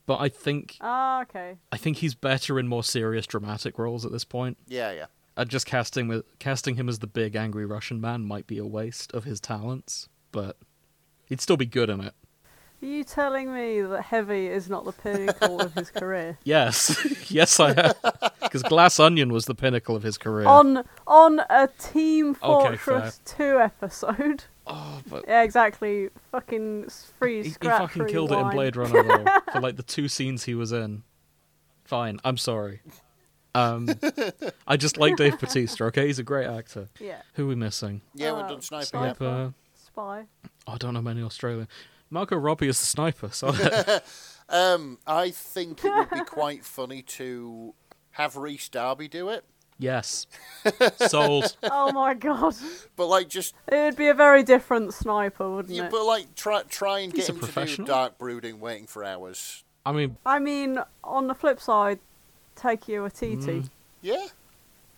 [SPEAKER 1] but I think
[SPEAKER 2] ah, okay.
[SPEAKER 1] I think he's better in more serious dramatic roles at this point.
[SPEAKER 3] yeah, yeah.
[SPEAKER 1] uh, just casting with casting him as the big angry Russian man might be a waste of his talents, but he'd still be good in it.
[SPEAKER 2] Are you telling me that Heavy is not the pinnacle of his career?
[SPEAKER 1] Yes, yes, I am. Because Glass Onion was the pinnacle of his career.
[SPEAKER 2] On on a Team
[SPEAKER 1] Okay, fair.
[SPEAKER 2] Fortress Two episode.
[SPEAKER 1] oh, but
[SPEAKER 2] Yeah, exactly. Fucking s-
[SPEAKER 1] he,
[SPEAKER 2] freeze.
[SPEAKER 1] he
[SPEAKER 2] scrap,
[SPEAKER 1] fucking killed it in
[SPEAKER 2] rewind.
[SPEAKER 1] Blade Runner though, for like the two scenes he was in. Fine, I'm sorry. Um, I just like Dave Batista. Okay, he's a great actor.
[SPEAKER 2] Yeah.
[SPEAKER 1] Who are we missing?
[SPEAKER 3] Yeah, we've
[SPEAKER 2] Oh,
[SPEAKER 3] done sniper.
[SPEAKER 2] Sniper.
[SPEAKER 3] Yeah.
[SPEAKER 1] Sniper.
[SPEAKER 2] Spy.
[SPEAKER 1] Oh, I don't know many Australian. Margot Robbie is the sniper. So I
[SPEAKER 3] Um, I think it would be quite funny to have Reese Darby do it,
[SPEAKER 1] yes, sold.
[SPEAKER 2] Oh my god.
[SPEAKER 3] but like just
[SPEAKER 2] It would be a very different sniper, wouldn't
[SPEAKER 3] yeah,
[SPEAKER 2] it?
[SPEAKER 3] but like try try and
[SPEAKER 1] He's
[SPEAKER 3] get
[SPEAKER 1] a
[SPEAKER 3] him to do
[SPEAKER 1] professional.
[SPEAKER 3] dark brooding, waiting for hours.
[SPEAKER 1] I mean,
[SPEAKER 2] I mean, on the flip side, Takeo Atiti.
[SPEAKER 3] Yeah,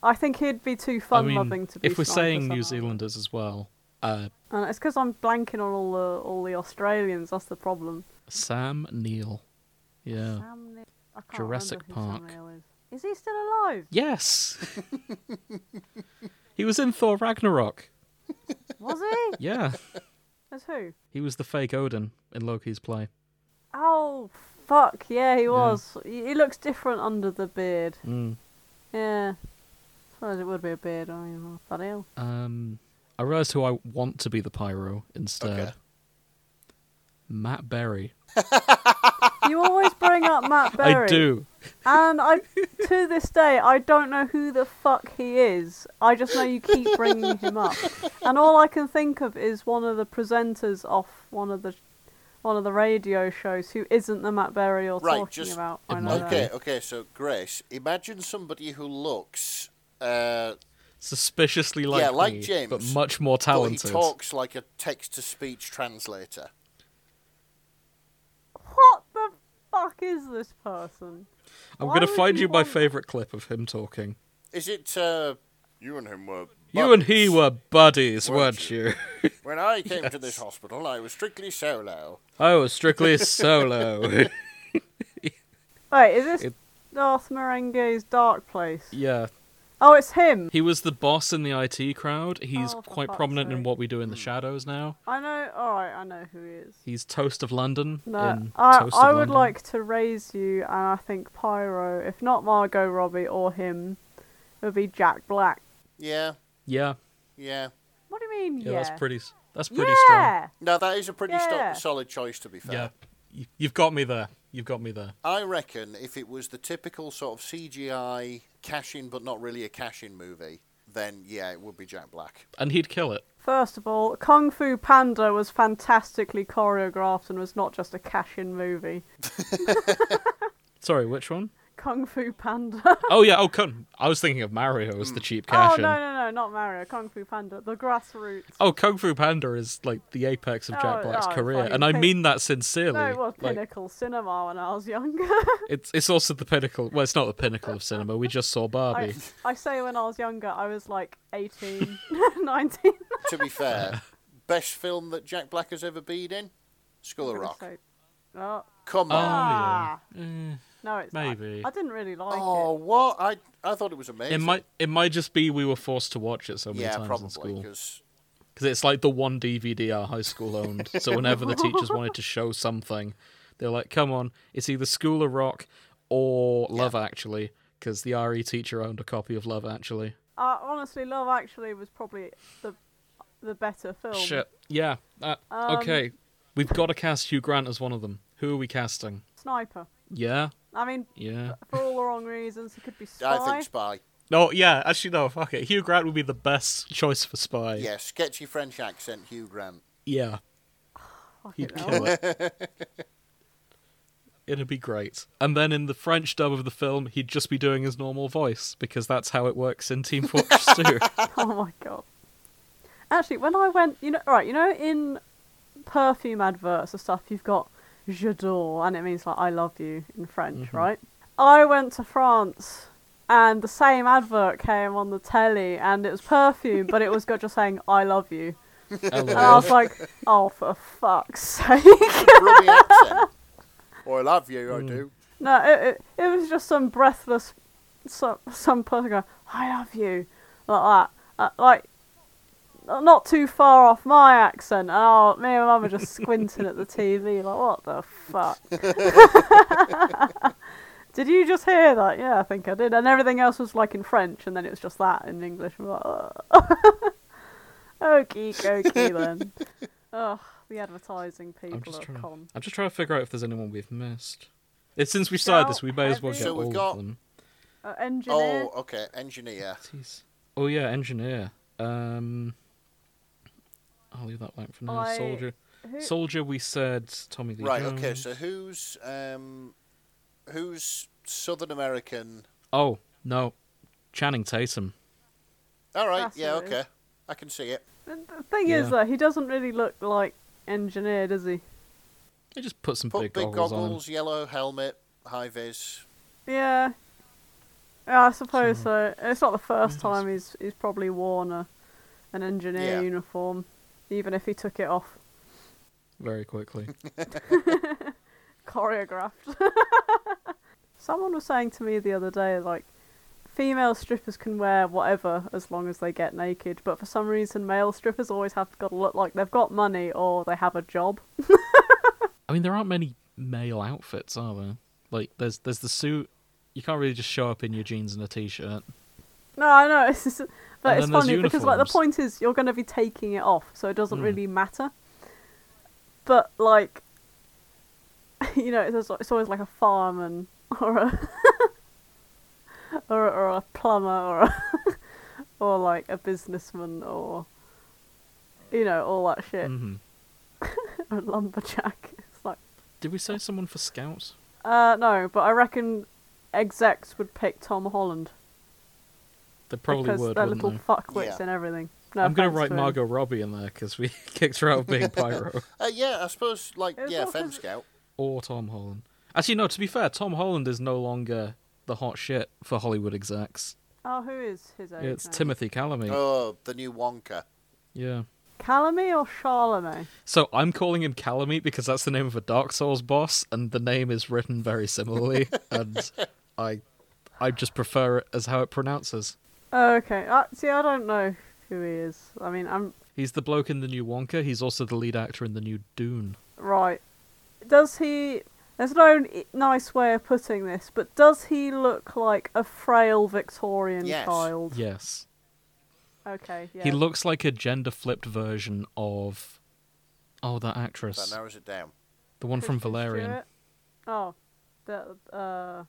[SPEAKER 2] I think he'd be too
[SPEAKER 1] Mm. I
[SPEAKER 2] fun
[SPEAKER 1] mean,
[SPEAKER 2] loving to be.
[SPEAKER 1] if we're
[SPEAKER 2] sniper
[SPEAKER 1] saying New
[SPEAKER 2] somehow.
[SPEAKER 1] Zealanders as well, uh,
[SPEAKER 2] and it's because I'm blanking on all the all the Australians. That's the problem.
[SPEAKER 1] Sam Neill. Yeah.
[SPEAKER 2] Sam Ne- I can't
[SPEAKER 1] Jurassic
[SPEAKER 2] remember who Sam
[SPEAKER 1] Park.
[SPEAKER 2] Neill is. Is he still alive?
[SPEAKER 1] Yes. he was in Thor Ragnarok.
[SPEAKER 2] Was he?
[SPEAKER 1] Yeah.
[SPEAKER 2] As who?
[SPEAKER 1] He was the fake Odin in Loki's play.
[SPEAKER 2] Oh fuck! Yeah, he was. He, he looks different under the beard.
[SPEAKER 1] Mm.
[SPEAKER 2] Yeah. Suppose it would be a beard. I mean, what the hell?
[SPEAKER 1] Um, I realised who I want to be the pyro instead.
[SPEAKER 3] Okay.
[SPEAKER 1] Matt Berry.
[SPEAKER 2] You always bring up Matt Berry.
[SPEAKER 1] I do.
[SPEAKER 2] And I, to this day, I don't know who the fuck he is. I just know you keep bringing him up, and all I can think of is one of the presenters off one of the, one of the radio shows who isn't the Matt Berry you're
[SPEAKER 3] Right,
[SPEAKER 2] talking
[SPEAKER 3] just-
[SPEAKER 2] about. I
[SPEAKER 1] It
[SPEAKER 2] know
[SPEAKER 1] might
[SPEAKER 2] that.
[SPEAKER 3] Okay, okay. So Grace, imagine somebody who looks, uh,
[SPEAKER 1] Suspiciously like
[SPEAKER 3] Yeah, like
[SPEAKER 1] me,
[SPEAKER 3] James,
[SPEAKER 1] but much more
[SPEAKER 3] but he
[SPEAKER 1] talented.
[SPEAKER 3] talks like a text-to-speech translator.
[SPEAKER 2] What the fuck is this person?
[SPEAKER 1] I'm
[SPEAKER 2] Why
[SPEAKER 1] gonna
[SPEAKER 2] would
[SPEAKER 1] find
[SPEAKER 2] you
[SPEAKER 1] you my
[SPEAKER 2] want-
[SPEAKER 1] favorite clip of him talking.
[SPEAKER 3] Is it? Uh, you and him were.
[SPEAKER 1] You and he
[SPEAKER 3] buddies.
[SPEAKER 1] were buddies,
[SPEAKER 3] Weren't
[SPEAKER 1] weren't you?
[SPEAKER 3] When I came to this hospital, I was strictly solo.
[SPEAKER 1] I was strictly solo.
[SPEAKER 2] Wait, is this
[SPEAKER 1] It-
[SPEAKER 2] Darth Merengue's Dark Place?
[SPEAKER 1] yeah,
[SPEAKER 2] Oh, it's him.
[SPEAKER 1] he was the boss in the IT crowd. He's
[SPEAKER 2] Oh, for
[SPEAKER 1] quite
[SPEAKER 2] fuck's
[SPEAKER 1] prominent in
[SPEAKER 2] sake.
[SPEAKER 1] what we do in
[SPEAKER 3] Hmm.
[SPEAKER 1] the shadows now.
[SPEAKER 2] I know. All right, I know who he is.
[SPEAKER 1] He's Toast of London.
[SPEAKER 2] No,
[SPEAKER 1] in
[SPEAKER 2] I,
[SPEAKER 1] Toast of
[SPEAKER 2] I would
[SPEAKER 1] London.
[SPEAKER 2] like to raise you, and I think Pyro, if not Margot Robbie or him, would be Jack Black.
[SPEAKER 3] Yeah,
[SPEAKER 1] Yeah,
[SPEAKER 3] yeah.
[SPEAKER 2] What do you mean?
[SPEAKER 1] yeah,
[SPEAKER 2] Yeah,
[SPEAKER 1] that's pretty. s- That's pretty
[SPEAKER 2] yeah!
[SPEAKER 3] No, that is a pretty sto-
[SPEAKER 2] Yeah.
[SPEAKER 3] solid choice, to be fair.
[SPEAKER 1] strong. Yeah, Y- you've got me there. You've got me there.
[SPEAKER 3] I reckon if it was the typical sort of CGI cash in, but not really a cash in movie, then yeah, it would be Jack Black.
[SPEAKER 1] And he'd kill it.
[SPEAKER 2] First of all, Kung Fu Panda was fantastically choreographed and was not just a cash-in movie.
[SPEAKER 1] Sorry, which one?
[SPEAKER 2] Kung Fu Panda.
[SPEAKER 1] Oh yeah. Oh, Kung. I was thinking of Mario as the
[SPEAKER 3] Mm.
[SPEAKER 1] cheap cash
[SPEAKER 2] oh
[SPEAKER 1] in.
[SPEAKER 2] no no no, not Mario. Kung Fu Panda, the grassroots.
[SPEAKER 1] Oh, Kung Fu Panda is like the apex of Jack
[SPEAKER 2] Oh,
[SPEAKER 1] Black's
[SPEAKER 2] oh,
[SPEAKER 1] career,
[SPEAKER 2] fucking
[SPEAKER 1] and I
[SPEAKER 2] pin-
[SPEAKER 1] mean that sincerely.
[SPEAKER 2] no, it was
[SPEAKER 1] Like,
[SPEAKER 2] pinnacle cinema when I was younger.
[SPEAKER 1] it's it's also the pinnacle. Well, it's not the pinnacle of cinema. We just saw
[SPEAKER 2] I,
[SPEAKER 1] Barbie.
[SPEAKER 2] I say when I was younger, I was like 18, 19.
[SPEAKER 3] To be fair, best film that Jack Black has ever been in? School of Rock.
[SPEAKER 2] So- oh,
[SPEAKER 1] Um,
[SPEAKER 2] ah."
[SPEAKER 3] Come on.
[SPEAKER 1] yeah. Mm.
[SPEAKER 2] no, it's not.
[SPEAKER 1] Maybe.
[SPEAKER 2] I didn't really like
[SPEAKER 3] Oh,
[SPEAKER 2] it.
[SPEAKER 3] what? I I thought it was amazing.
[SPEAKER 1] It might it might just be we were forced to watch it so many
[SPEAKER 3] yeah,
[SPEAKER 1] times in
[SPEAKER 3] probably
[SPEAKER 1] school
[SPEAKER 3] because
[SPEAKER 1] because it's like the one DVD our high school owned. so whenever the teachers wanted to show something, they're like, "Come on, it's either School of Rock or Love Actually," because the RE teacher owned a copy of Love Actually.
[SPEAKER 2] Uh, honestly, Love Actually was probably the the better film.
[SPEAKER 1] Shit. Yeah. Uh, okay. We've got to cast Hugh Grant as one of them. Who are we casting?
[SPEAKER 2] Sniper.
[SPEAKER 1] Yeah.
[SPEAKER 2] I mean,
[SPEAKER 1] Yeah.
[SPEAKER 2] for all the wrong reasons, it could be Spy.
[SPEAKER 3] I think Spy.
[SPEAKER 1] No, Oh, yeah, actually, no, fuck it. Hugh Grant would be the best choice for Spy.
[SPEAKER 3] Yeah, sketchy French accent, Hugh Grant.
[SPEAKER 1] Yeah.
[SPEAKER 2] Fuck
[SPEAKER 1] He'd
[SPEAKER 2] it, no.
[SPEAKER 1] kill it. It'd be great. And then in the French dub of the film, he'd just be doing his normal voice because that's how it works in Team Fortress 2.
[SPEAKER 2] oh my god. Actually, when I went, you know, right, you know, in perfume adverts and stuff, you've got j'adore, and it means like I love you in French, right? I went to France, and the same advert came on the telly, and it was perfume, but it was got just saying I love you, and I was like, oh for fuck's sake.
[SPEAKER 3] Grubby accent. Oh, I love you,
[SPEAKER 1] Mm.
[SPEAKER 3] I do.
[SPEAKER 2] No, it, it, it was just some breathless, some some person going, "I love you," like that, uh, like not too far off my accent. Oh, me and Mum were just squinting at the TV, like, "What the fuck?" did you just hear that? Yeah, I think I did. And everything else was like in French, and then it was just that in English. I'm like, "Ugh." "Okie dokie then." Ugh, the advertising
[SPEAKER 1] I'm,
[SPEAKER 2] people
[SPEAKER 1] just
[SPEAKER 2] at
[SPEAKER 1] trying,
[SPEAKER 2] con.
[SPEAKER 1] I'm just trying to figure out if there's anyone we've missed. It's since we started this, we may as well
[SPEAKER 2] Shout
[SPEAKER 1] get
[SPEAKER 3] So we've
[SPEAKER 1] all
[SPEAKER 3] got-
[SPEAKER 1] of them.
[SPEAKER 2] Uh, engineer.
[SPEAKER 3] Oh, okay, engineer.
[SPEAKER 1] Jeez. Oh, yeah, engineer. Um, I'll leave that blank for now.
[SPEAKER 2] I-
[SPEAKER 1] Soldier.
[SPEAKER 2] Who-
[SPEAKER 1] Soldier, we said Tommy Lee
[SPEAKER 3] Right.
[SPEAKER 1] Jones.
[SPEAKER 3] Okay. So who's um, who's Southern American?
[SPEAKER 1] Oh, no. Channing Tatum.
[SPEAKER 3] All right.
[SPEAKER 2] That's
[SPEAKER 3] yeah.
[SPEAKER 2] who it is.
[SPEAKER 3] Okay. I can see it.
[SPEAKER 2] The thing is,
[SPEAKER 1] Yeah.
[SPEAKER 2] though, he doesn't really look like engineer, does he?
[SPEAKER 1] They just put some
[SPEAKER 3] Put
[SPEAKER 1] big,
[SPEAKER 3] big, goggles,
[SPEAKER 1] goggles, on.
[SPEAKER 3] yellow helmet, high vis.
[SPEAKER 2] Yeah. Yeah, I suppose so. It's not the first time he's he's probably worn a, an engineer
[SPEAKER 3] Yeah.
[SPEAKER 2] uniform, even if he took it off
[SPEAKER 1] very quickly.
[SPEAKER 2] choreographed. Someone was saying to me the other day, like, female strippers can wear whatever as long as they get naked, but for some reason, male strippers always have got to look like they've got money or they have a job.
[SPEAKER 1] I mean, there aren't many male outfits, are there? Like, there's there's the suit. You can't really just show up in your jeans and a t-shirt.
[SPEAKER 2] No, I know. It's just, but
[SPEAKER 1] And
[SPEAKER 2] it's
[SPEAKER 1] then there's
[SPEAKER 2] funny because like the
[SPEAKER 1] uniforms.
[SPEAKER 2] point is you're going to be taking it off, so it doesn't
[SPEAKER 1] Mm.
[SPEAKER 2] really matter. But like, you know, it's, al- it's always like a fireman or a or, a- or a plumber or a or like a businessman or you know all that shit
[SPEAKER 1] hmm
[SPEAKER 2] or a lumberjack. It's
[SPEAKER 1] Did we say someone for Scout?
[SPEAKER 2] Uh, no, but I reckon execs would pick Tom Holland
[SPEAKER 1] They probably
[SPEAKER 2] because
[SPEAKER 1] would,
[SPEAKER 2] they're
[SPEAKER 1] wouldn't
[SPEAKER 2] little
[SPEAKER 1] they?
[SPEAKER 2] fuckwits
[SPEAKER 3] Yeah.
[SPEAKER 2] and everything. No
[SPEAKER 1] I'm gonna
[SPEAKER 2] offense
[SPEAKER 1] write
[SPEAKER 2] to him.
[SPEAKER 1] Margot Robbie in there because we kicked her out of being Pyro
[SPEAKER 3] Uh, yeah, I suppose like
[SPEAKER 2] It's
[SPEAKER 3] yeah,
[SPEAKER 2] all 'cause-
[SPEAKER 3] Femme Scout.
[SPEAKER 1] or Tom Holland. Actually, no. To be fair, Tom Holland is no longer the hot shit for Hollywood execs.
[SPEAKER 2] Oh, who is his age?
[SPEAKER 1] It's
[SPEAKER 2] now?
[SPEAKER 1] Timothy Calamy.
[SPEAKER 3] Oh, the new Wonka.
[SPEAKER 1] Yeah.
[SPEAKER 2] Calamy or Charlemagne?
[SPEAKER 1] So I'm calling him Calamy because that's the name of a Dark Souls boss, and the name is written very similarly, and I, I just prefer it as how it pronounces.
[SPEAKER 2] Oh, okay. Uh, see, I don't know who he is. I mean, I'm
[SPEAKER 1] He's the bloke in the new Wonka. He's also the lead actor in the new Dune.
[SPEAKER 2] right. Does he? There's no n- nice way of putting this, but does he look like a frail Victorian
[SPEAKER 3] Yes.
[SPEAKER 2] child?
[SPEAKER 1] Yes.
[SPEAKER 2] Okay. Yeah.
[SPEAKER 1] He looks like a gender flipped version of, oh, that actress,
[SPEAKER 3] That narrows it down.
[SPEAKER 1] the one from
[SPEAKER 2] Kristen
[SPEAKER 1] Valerian,
[SPEAKER 2] Stewart? Oh, the uh,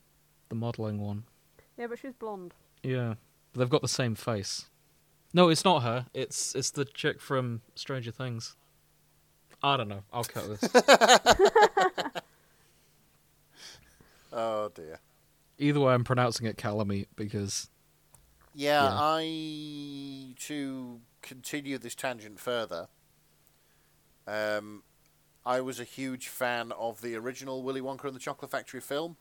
[SPEAKER 1] the modelling one.
[SPEAKER 2] yeah, but she's blonde.
[SPEAKER 1] Yeah, but they've got the same face. No, it's not her. It's it's the chick from Stranger Things. I don't know. I'll cut this.
[SPEAKER 3] Oh dear.
[SPEAKER 1] Either way, I'm pronouncing it Calamy because
[SPEAKER 3] Yeah,
[SPEAKER 1] Yeah.
[SPEAKER 3] I to continue this tangent further. Um, I was a huge fan of the original Willy Wonka and the Chocolate Factory film.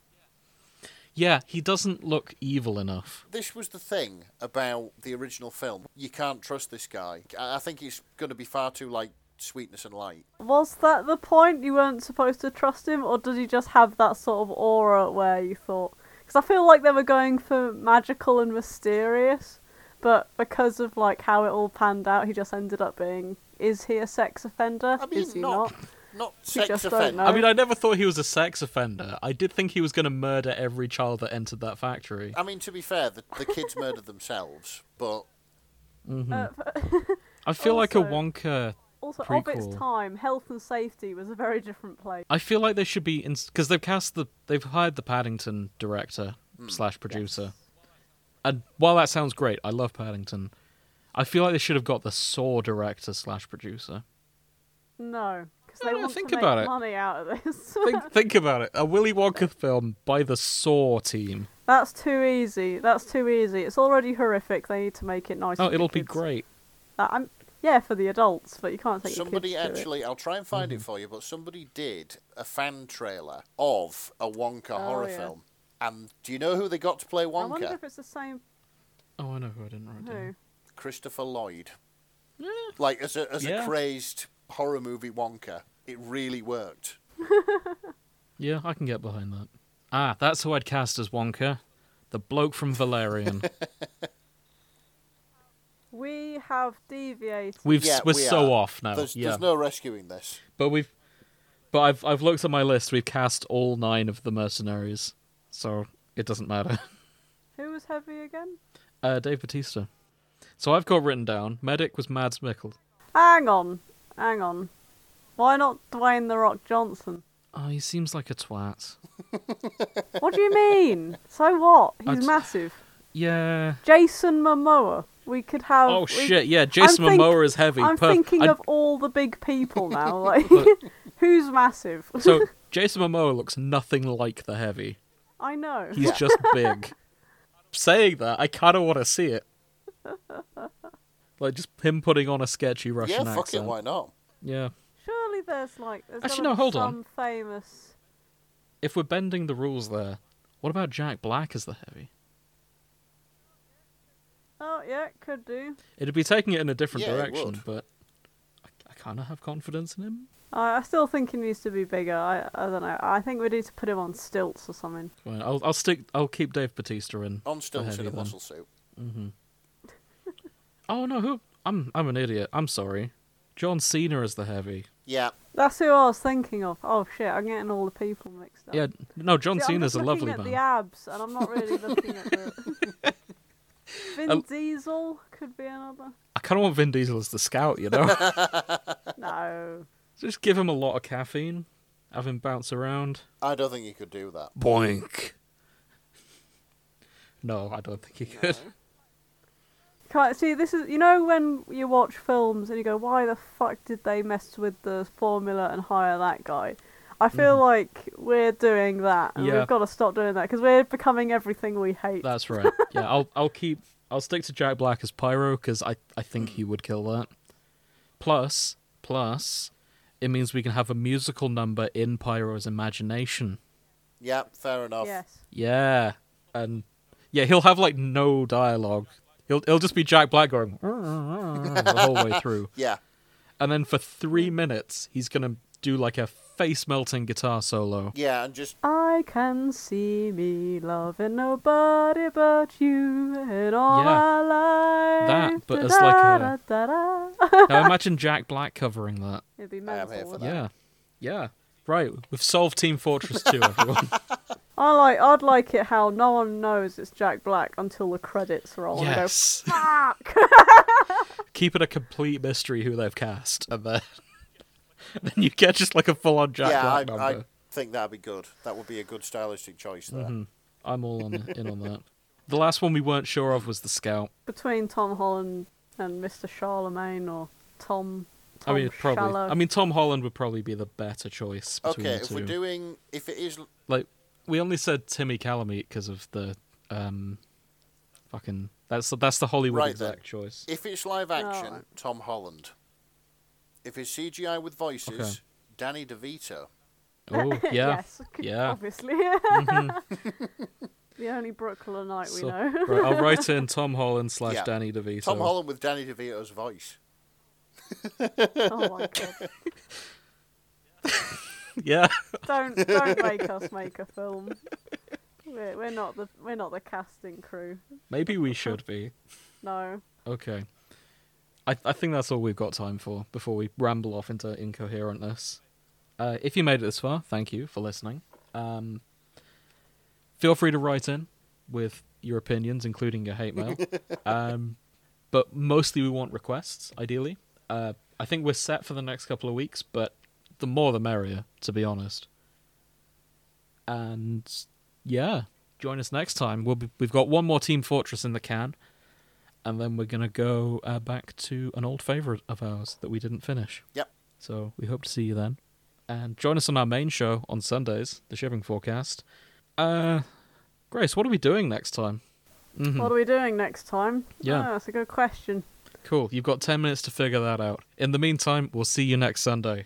[SPEAKER 1] yeah, he doesn't look evil enough.
[SPEAKER 3] This was the thing about the original film. You can't trust this guy. I I think he's going to be far too like sweetness and light.
[SPEAKER 2] Was that the point? You weren't supposed to trust him, or did he just have that sort of aura where you thought? Because I feel like they were going for magical and mysterious, but because of like how it all panned out, he just ended up being. Is he a sex offender?
[SPEAKER 3] I mean,
[SPEAKER 2] is he
[SPEAKER 3] not
[SPEAKER 2] not?
[SPEAKER 3] not
[SPEAKER 2] You
[SPEAKER 3] sex
[SPEAKER 2] just don't
[SPEAKER 3] offender.
[SPEAKER 2] know.
[SPEAKER 1] I mean, I never thought he was a sex offender. I did think he was going to murder every child that entered that factory.
[SPEAKER 3] I mean, to be fair, the, the kids murdered themselves, but
[SPEAKER 1] I feel like a
[SPEAKER 2] also-
[SPEAKER 1] Wonka.
[SPEAKER 2] Also, of
[SPEAKER 1] Prequel.
[SPEAKER 2] its time, health and safety was a very different place.
[SPEAKER 1] I feel like they should be in because they've cast the they've hired the Paddington director slash producer, and while that sounds great, I love Paddington. I feel like they should have got the Saw director slash producer.
[SPEAKER 2] No, because
[SPEAKER 1] No,
[SPEAKER 2] they
[SPEAKER 1] no,
[SPEAKER 2] want
[SPEAKER 1] think
[SPEAKER 2] to make
[SPEAKER 1] about it.
[SPEAKER 2] money out of this.
[SPEAKER 1] Think think about it. A Willy Wonka film by the Saw team.
[SPEAKER 2] That's too easy. That's too easy. It's already horrific. They need to make it nice.
[SPEAKER 1] Oh,
[SPEAKER 2] for the
[SPEAKER 1] it'll be
[SPEAKER 2] kids.
[SPEAKER 1] great.
[SPEAKER 2] Uh, I'm, yeah, for the adults, but you can't take
[SPEAKER 3] somebody
[SPEAKER 2] your kids to it. Mm-hmm.
[SPEAKER 3] actually, I'll try and find it for you, but somebody did a fan trailer of a Wonka horror
[SPEAKER 2] Oh, yeah.
[SPEAKER 3] film. And do you know who they got to play
[SPEAKER 2] I wonder
[SPEAKER 3] Wonka?
[SPEAKER 2] if it's the same.
[SPEAKER 1] Oh, I know who I didn't write down.
[SPEAKER 2] Who?
[SPEAKER 3] Christopher Lloyd. Like, as a, as
[SPEAKER 1] Yeah.
[SPEAKER 3] a crazed horror movie Wonka, it really worked.
[SPEAKER 1] Yeah, I can get behind that. Ah, that's who I'd cast as Wonka, the bloke from Valerian.
[SPEAKER 2] We have deviated.
[SPEAKER 1] We've
[SPEAKER 3] Yeah,
[SPEAKER 1] we're
[SPEAKER 3] we
[SPEAKER 1] so
[SPEAKER 3] are.
[SPEAKER 1] off now.
[SPEAKER 3] there's,
[SPEAKER 1] yeah,
[SPEAKER 3] there's no rescuing this.
[SPEAKER 1] but we've but I've I've looked at my list. We've cast all nine of the mercenaries, so it doesn't matter.
[SPEAKER 2] Who was heavy again?
[SPEAKER 1] Uh, Dave Batista. So I've got written down. Medic was Mads Mikkel.
[SPEAKER 2] Hang on, hang on. Why not Dwayne the Rock Johnson?
[SPEAKER 1] Oh, he seems like a twat.
[SPEAKER 2] What do you mean? so what? He's
[SPEAKER 1] I'd-
[SPEAKER 2] massive.
[SPEAKER 1] Yeah.
[SPEAKER 2] Jason Momoa. We could have.
[SPEAKER 1] Oh
[SPEAKER 2] we-
[SPEAKER 1] shit! Yeah, Jason
[SPEAKER 2] think-
[SPEAKER 1] Momoa is heavy.
[SPEAKER 2] I'm
[SPEAKER 1] Perf-
[SPEAKER 2] thinking
[SPEAKER 1] I-
[SPEAKER 2] of all the big people now. Like, who's massive?
[SPEAKER 1] so Jason Momoa looks nothing like the heavy.
[SPEAKER 2] I know.
[SPEAKER 1] He's just big. Saying that, I kind of want to see it. Like just him putting on a sketchy Russian
[SPEAKER 3] yeah, fuck
[SPEAKER 1] accent.
[SPEAKER 3] it, why not?
[SPEAKER 1] Yeah.
[SPEAKER 2] Surely there's like there's
[SPEAKER 1] Actually,
[SPEAKER 2] gotta
[SPEAKER 1] no,
[SPEAKER 2] be
[SPEAKER 1] hold on.
[SPEAKER 2] some famous.
[SPEAKER 1] If we're bending the rules there, what about Jack Black as the heavy?
[SPEAKER 2] Oh yeah, could do.
[SPEAKER 1] It'd be taking it in a different
[SPEAKER 3] Yeah, it
[SPEAKER 1] direction,
[SPEAKER 3] would.
[SPEAKER 1] but I, I kind of have confidence in him.
[SPEAKER 2] I, I still think he needs to be bigger. I, I don't know. I think we need to put him on stilts or something.
[SPEAKER 1] Well, I'll, I'll stick. I'll keep Dave Batista in.
[SPEAKER 3] On
[SPEAKER 1] the
[SPEAKER 3] stilts in
[SPEAKER 1] heavy
[SPEAKER 3] a
[SPEAKER 1] then.
[SPEAKER 3] muscle suit.
[SPEAKER 1] Oh no, who? I'm I'm an idiot. I'm sorry. John Cena is the heavy.
[SPEAKER 3] Yeah,
[SPEAKER 2] That's who I was thinking of. Oh shit, I'm getting all the people mixed up.
[SPEAKER 1] Yeah, no, John
[SPEAKER 2] See,
[SPEAKER 1] Cena's a
[SPEAKER 2] I'm just
[SPEAKER 1] lovely
[SPEAKER 2] looking at
[SPEAKER 1] man.
[SPEAKER 2] the abs, and I'm not really looking at the. Vin
[SPEAKER 1] Um,
[SPEAKER 2] Diesel could be another.
[SPEAKER 1] I kind of want Vin Diesel as the scout, you know.
[SPEAKER 2] No.
[SPEAKER 1] Just give him a lot of caffeine, have him bounce around.
[SPEAKER 3] I don't think you could do that.
[SPEAKER 1] Boink. No, I don't think he could.
[SPEAKER 2] Can't, see, this is you know when you watch films and you go, "Why the fuck did they mess with the formula and hire that guy?" I feel like we're doing that, and
[SPEAKER 1] Mm-hmm. Yeah.
[SPEAKER 2] we've got to stop doing that because we're becoming everything we hate.
[SPEAKER 1] That's right. Yeah, I'll I'll keep I'll stick to Jack Black as Pyro because I I think he would kill that. Plus, plus, it means we can have a musical number in Pyro's imagination.
[SPEAKER 3] Yeah, fair enough.
[SPEAKER 2] yes.
[SPEAKER 1] Yeah, and yeah, he'll have like no dialogue. He'll he'll just be Jack Black going the whole way through,
[SPEAKER 3] Yeah.
[SPEAKER 1] and then for three minutes he's gonna do like a face melting guitar solo.
[SPEAKER 3] Yeah, and just
[SPEAKER 2] I can see me loving nobody but you in all
[SPEAKER 1] Yeah.
[SPEAKER 2] my life.
[SPEAKER 1] That, but it's like a-
[SPEAKER 2] Da-da-da-da.
[SPEAKER 1] Now imagine Jack Black covering that.
[SPEAKER 2] It'd be
[SPEAKER 3] I am here
[SPEAKER 2] mental.
[SPEAKER 3] for that.
[SPEAKER 1] Yeah, yeah. Right, we've solved Team Fortress 2, everyone.
[SPEAKER 2] I like. I'd like it how no one knows it's Jack Black until the credits roll.
[SPEAKER 1] yes.
[SPEAKER 2] And go, Fuck.
[SPEAKER 1] keep it a complete mystery who they've cast, and then then you get just like a full on Jack
[SPEAKER 3] yeah,
[SPEAKER 1] Black
[SPEAKER 3] I, I
[SPEAKER 1] number.
[SPEAKER 3] think that'd be good. That would be a good stylistic choice there.
[SPEAKER 1] Mm-hmm. I... am all on in on that. The last one we weren't sure of was the Scout.
[SPEAKER 2] Between Tom Holland and Mr. Charlemagne, or Tom. Tom
[SPEAKER 1] I mean, probably.
[SPEAKER 2] Shallow.
[SPEAKER 1] I mean, Tom Holland would probably be the better choice between
[SPEAKER 3] Okay,
[SPEAKER 1] the
[SPEAKER 3] if
[SPEAKER 1] 2
[SPEAKER 3] we're doing, if it is,
[SPEAKER 1] Like, we only said Timmy Calamite because of the um, fucking. That's the, that's the Hollywood
[SPEAKER 3] Right then.
[SPEAKER 1] exact choice.
[SPEAKER 3] if it's live action,
[SPEAKER 2] right.
[SPEAKER 3] Tom Holland. If it's CGI with voices, Danny DeVito.
[SPEAKER 1] Oh yeah,
[SPEAKER 2] yes.
[SPEAKER 1] yeah. Mm-hmm.
[SPEAKER 2] Obviously. the only Brooklynite we
[SPEAKER 1] So-
[SPEAKER 2] know.
[SPEAKER 1] right, I'll write in Tom Holland slash
[SPEAKER 3] Yeah.
[SPEAKER 1] Danny DeVito.
[SPEAKER 3] Tom Holland with Danny DeVito's voice.
[SPEAKER 2] oh my god.
[SPEAKER 1] Yeah.
[SPEAKER 2] don't don't make us make a film. We're, we're not the we're not the casting crew.
[SPEAKER 1] Maybe we should be.
[SPEAKER 2] No.
[SPEAKER 1] Okay. I, I think that's all we've got time for before we ramble off into incoherentness. Uh, if you made it this far, thank you for listening. Um, feel free to write in with your opinions, including your hate mail. um, but mostly we want requests, ideally. Uh, I think we're set for the next couple of weeks, but the more the merrier, to be honest. And yeah, join us next time. We'll be, we've got one more Team Fortress in the can and then we're going to go uh, back to an old favourite of ours that we didn't finish.
[SPEAKER 3] Yep.
[SPEAKER 1] So we hope to see you then. And join us on our main show on Sundays, the Shivering Forecast. Uh, Grace, what are we doing next time? Mhm.
[SPEAKER 2] What are we doing next time?
[SPEAKER 1] Yeah.
[SPEAKER 2] Ah, that's a good question.
[SPEAKER 1] Cool. You've got 10 minutes to figure that out. In the meantime, we'll see you next Sunday.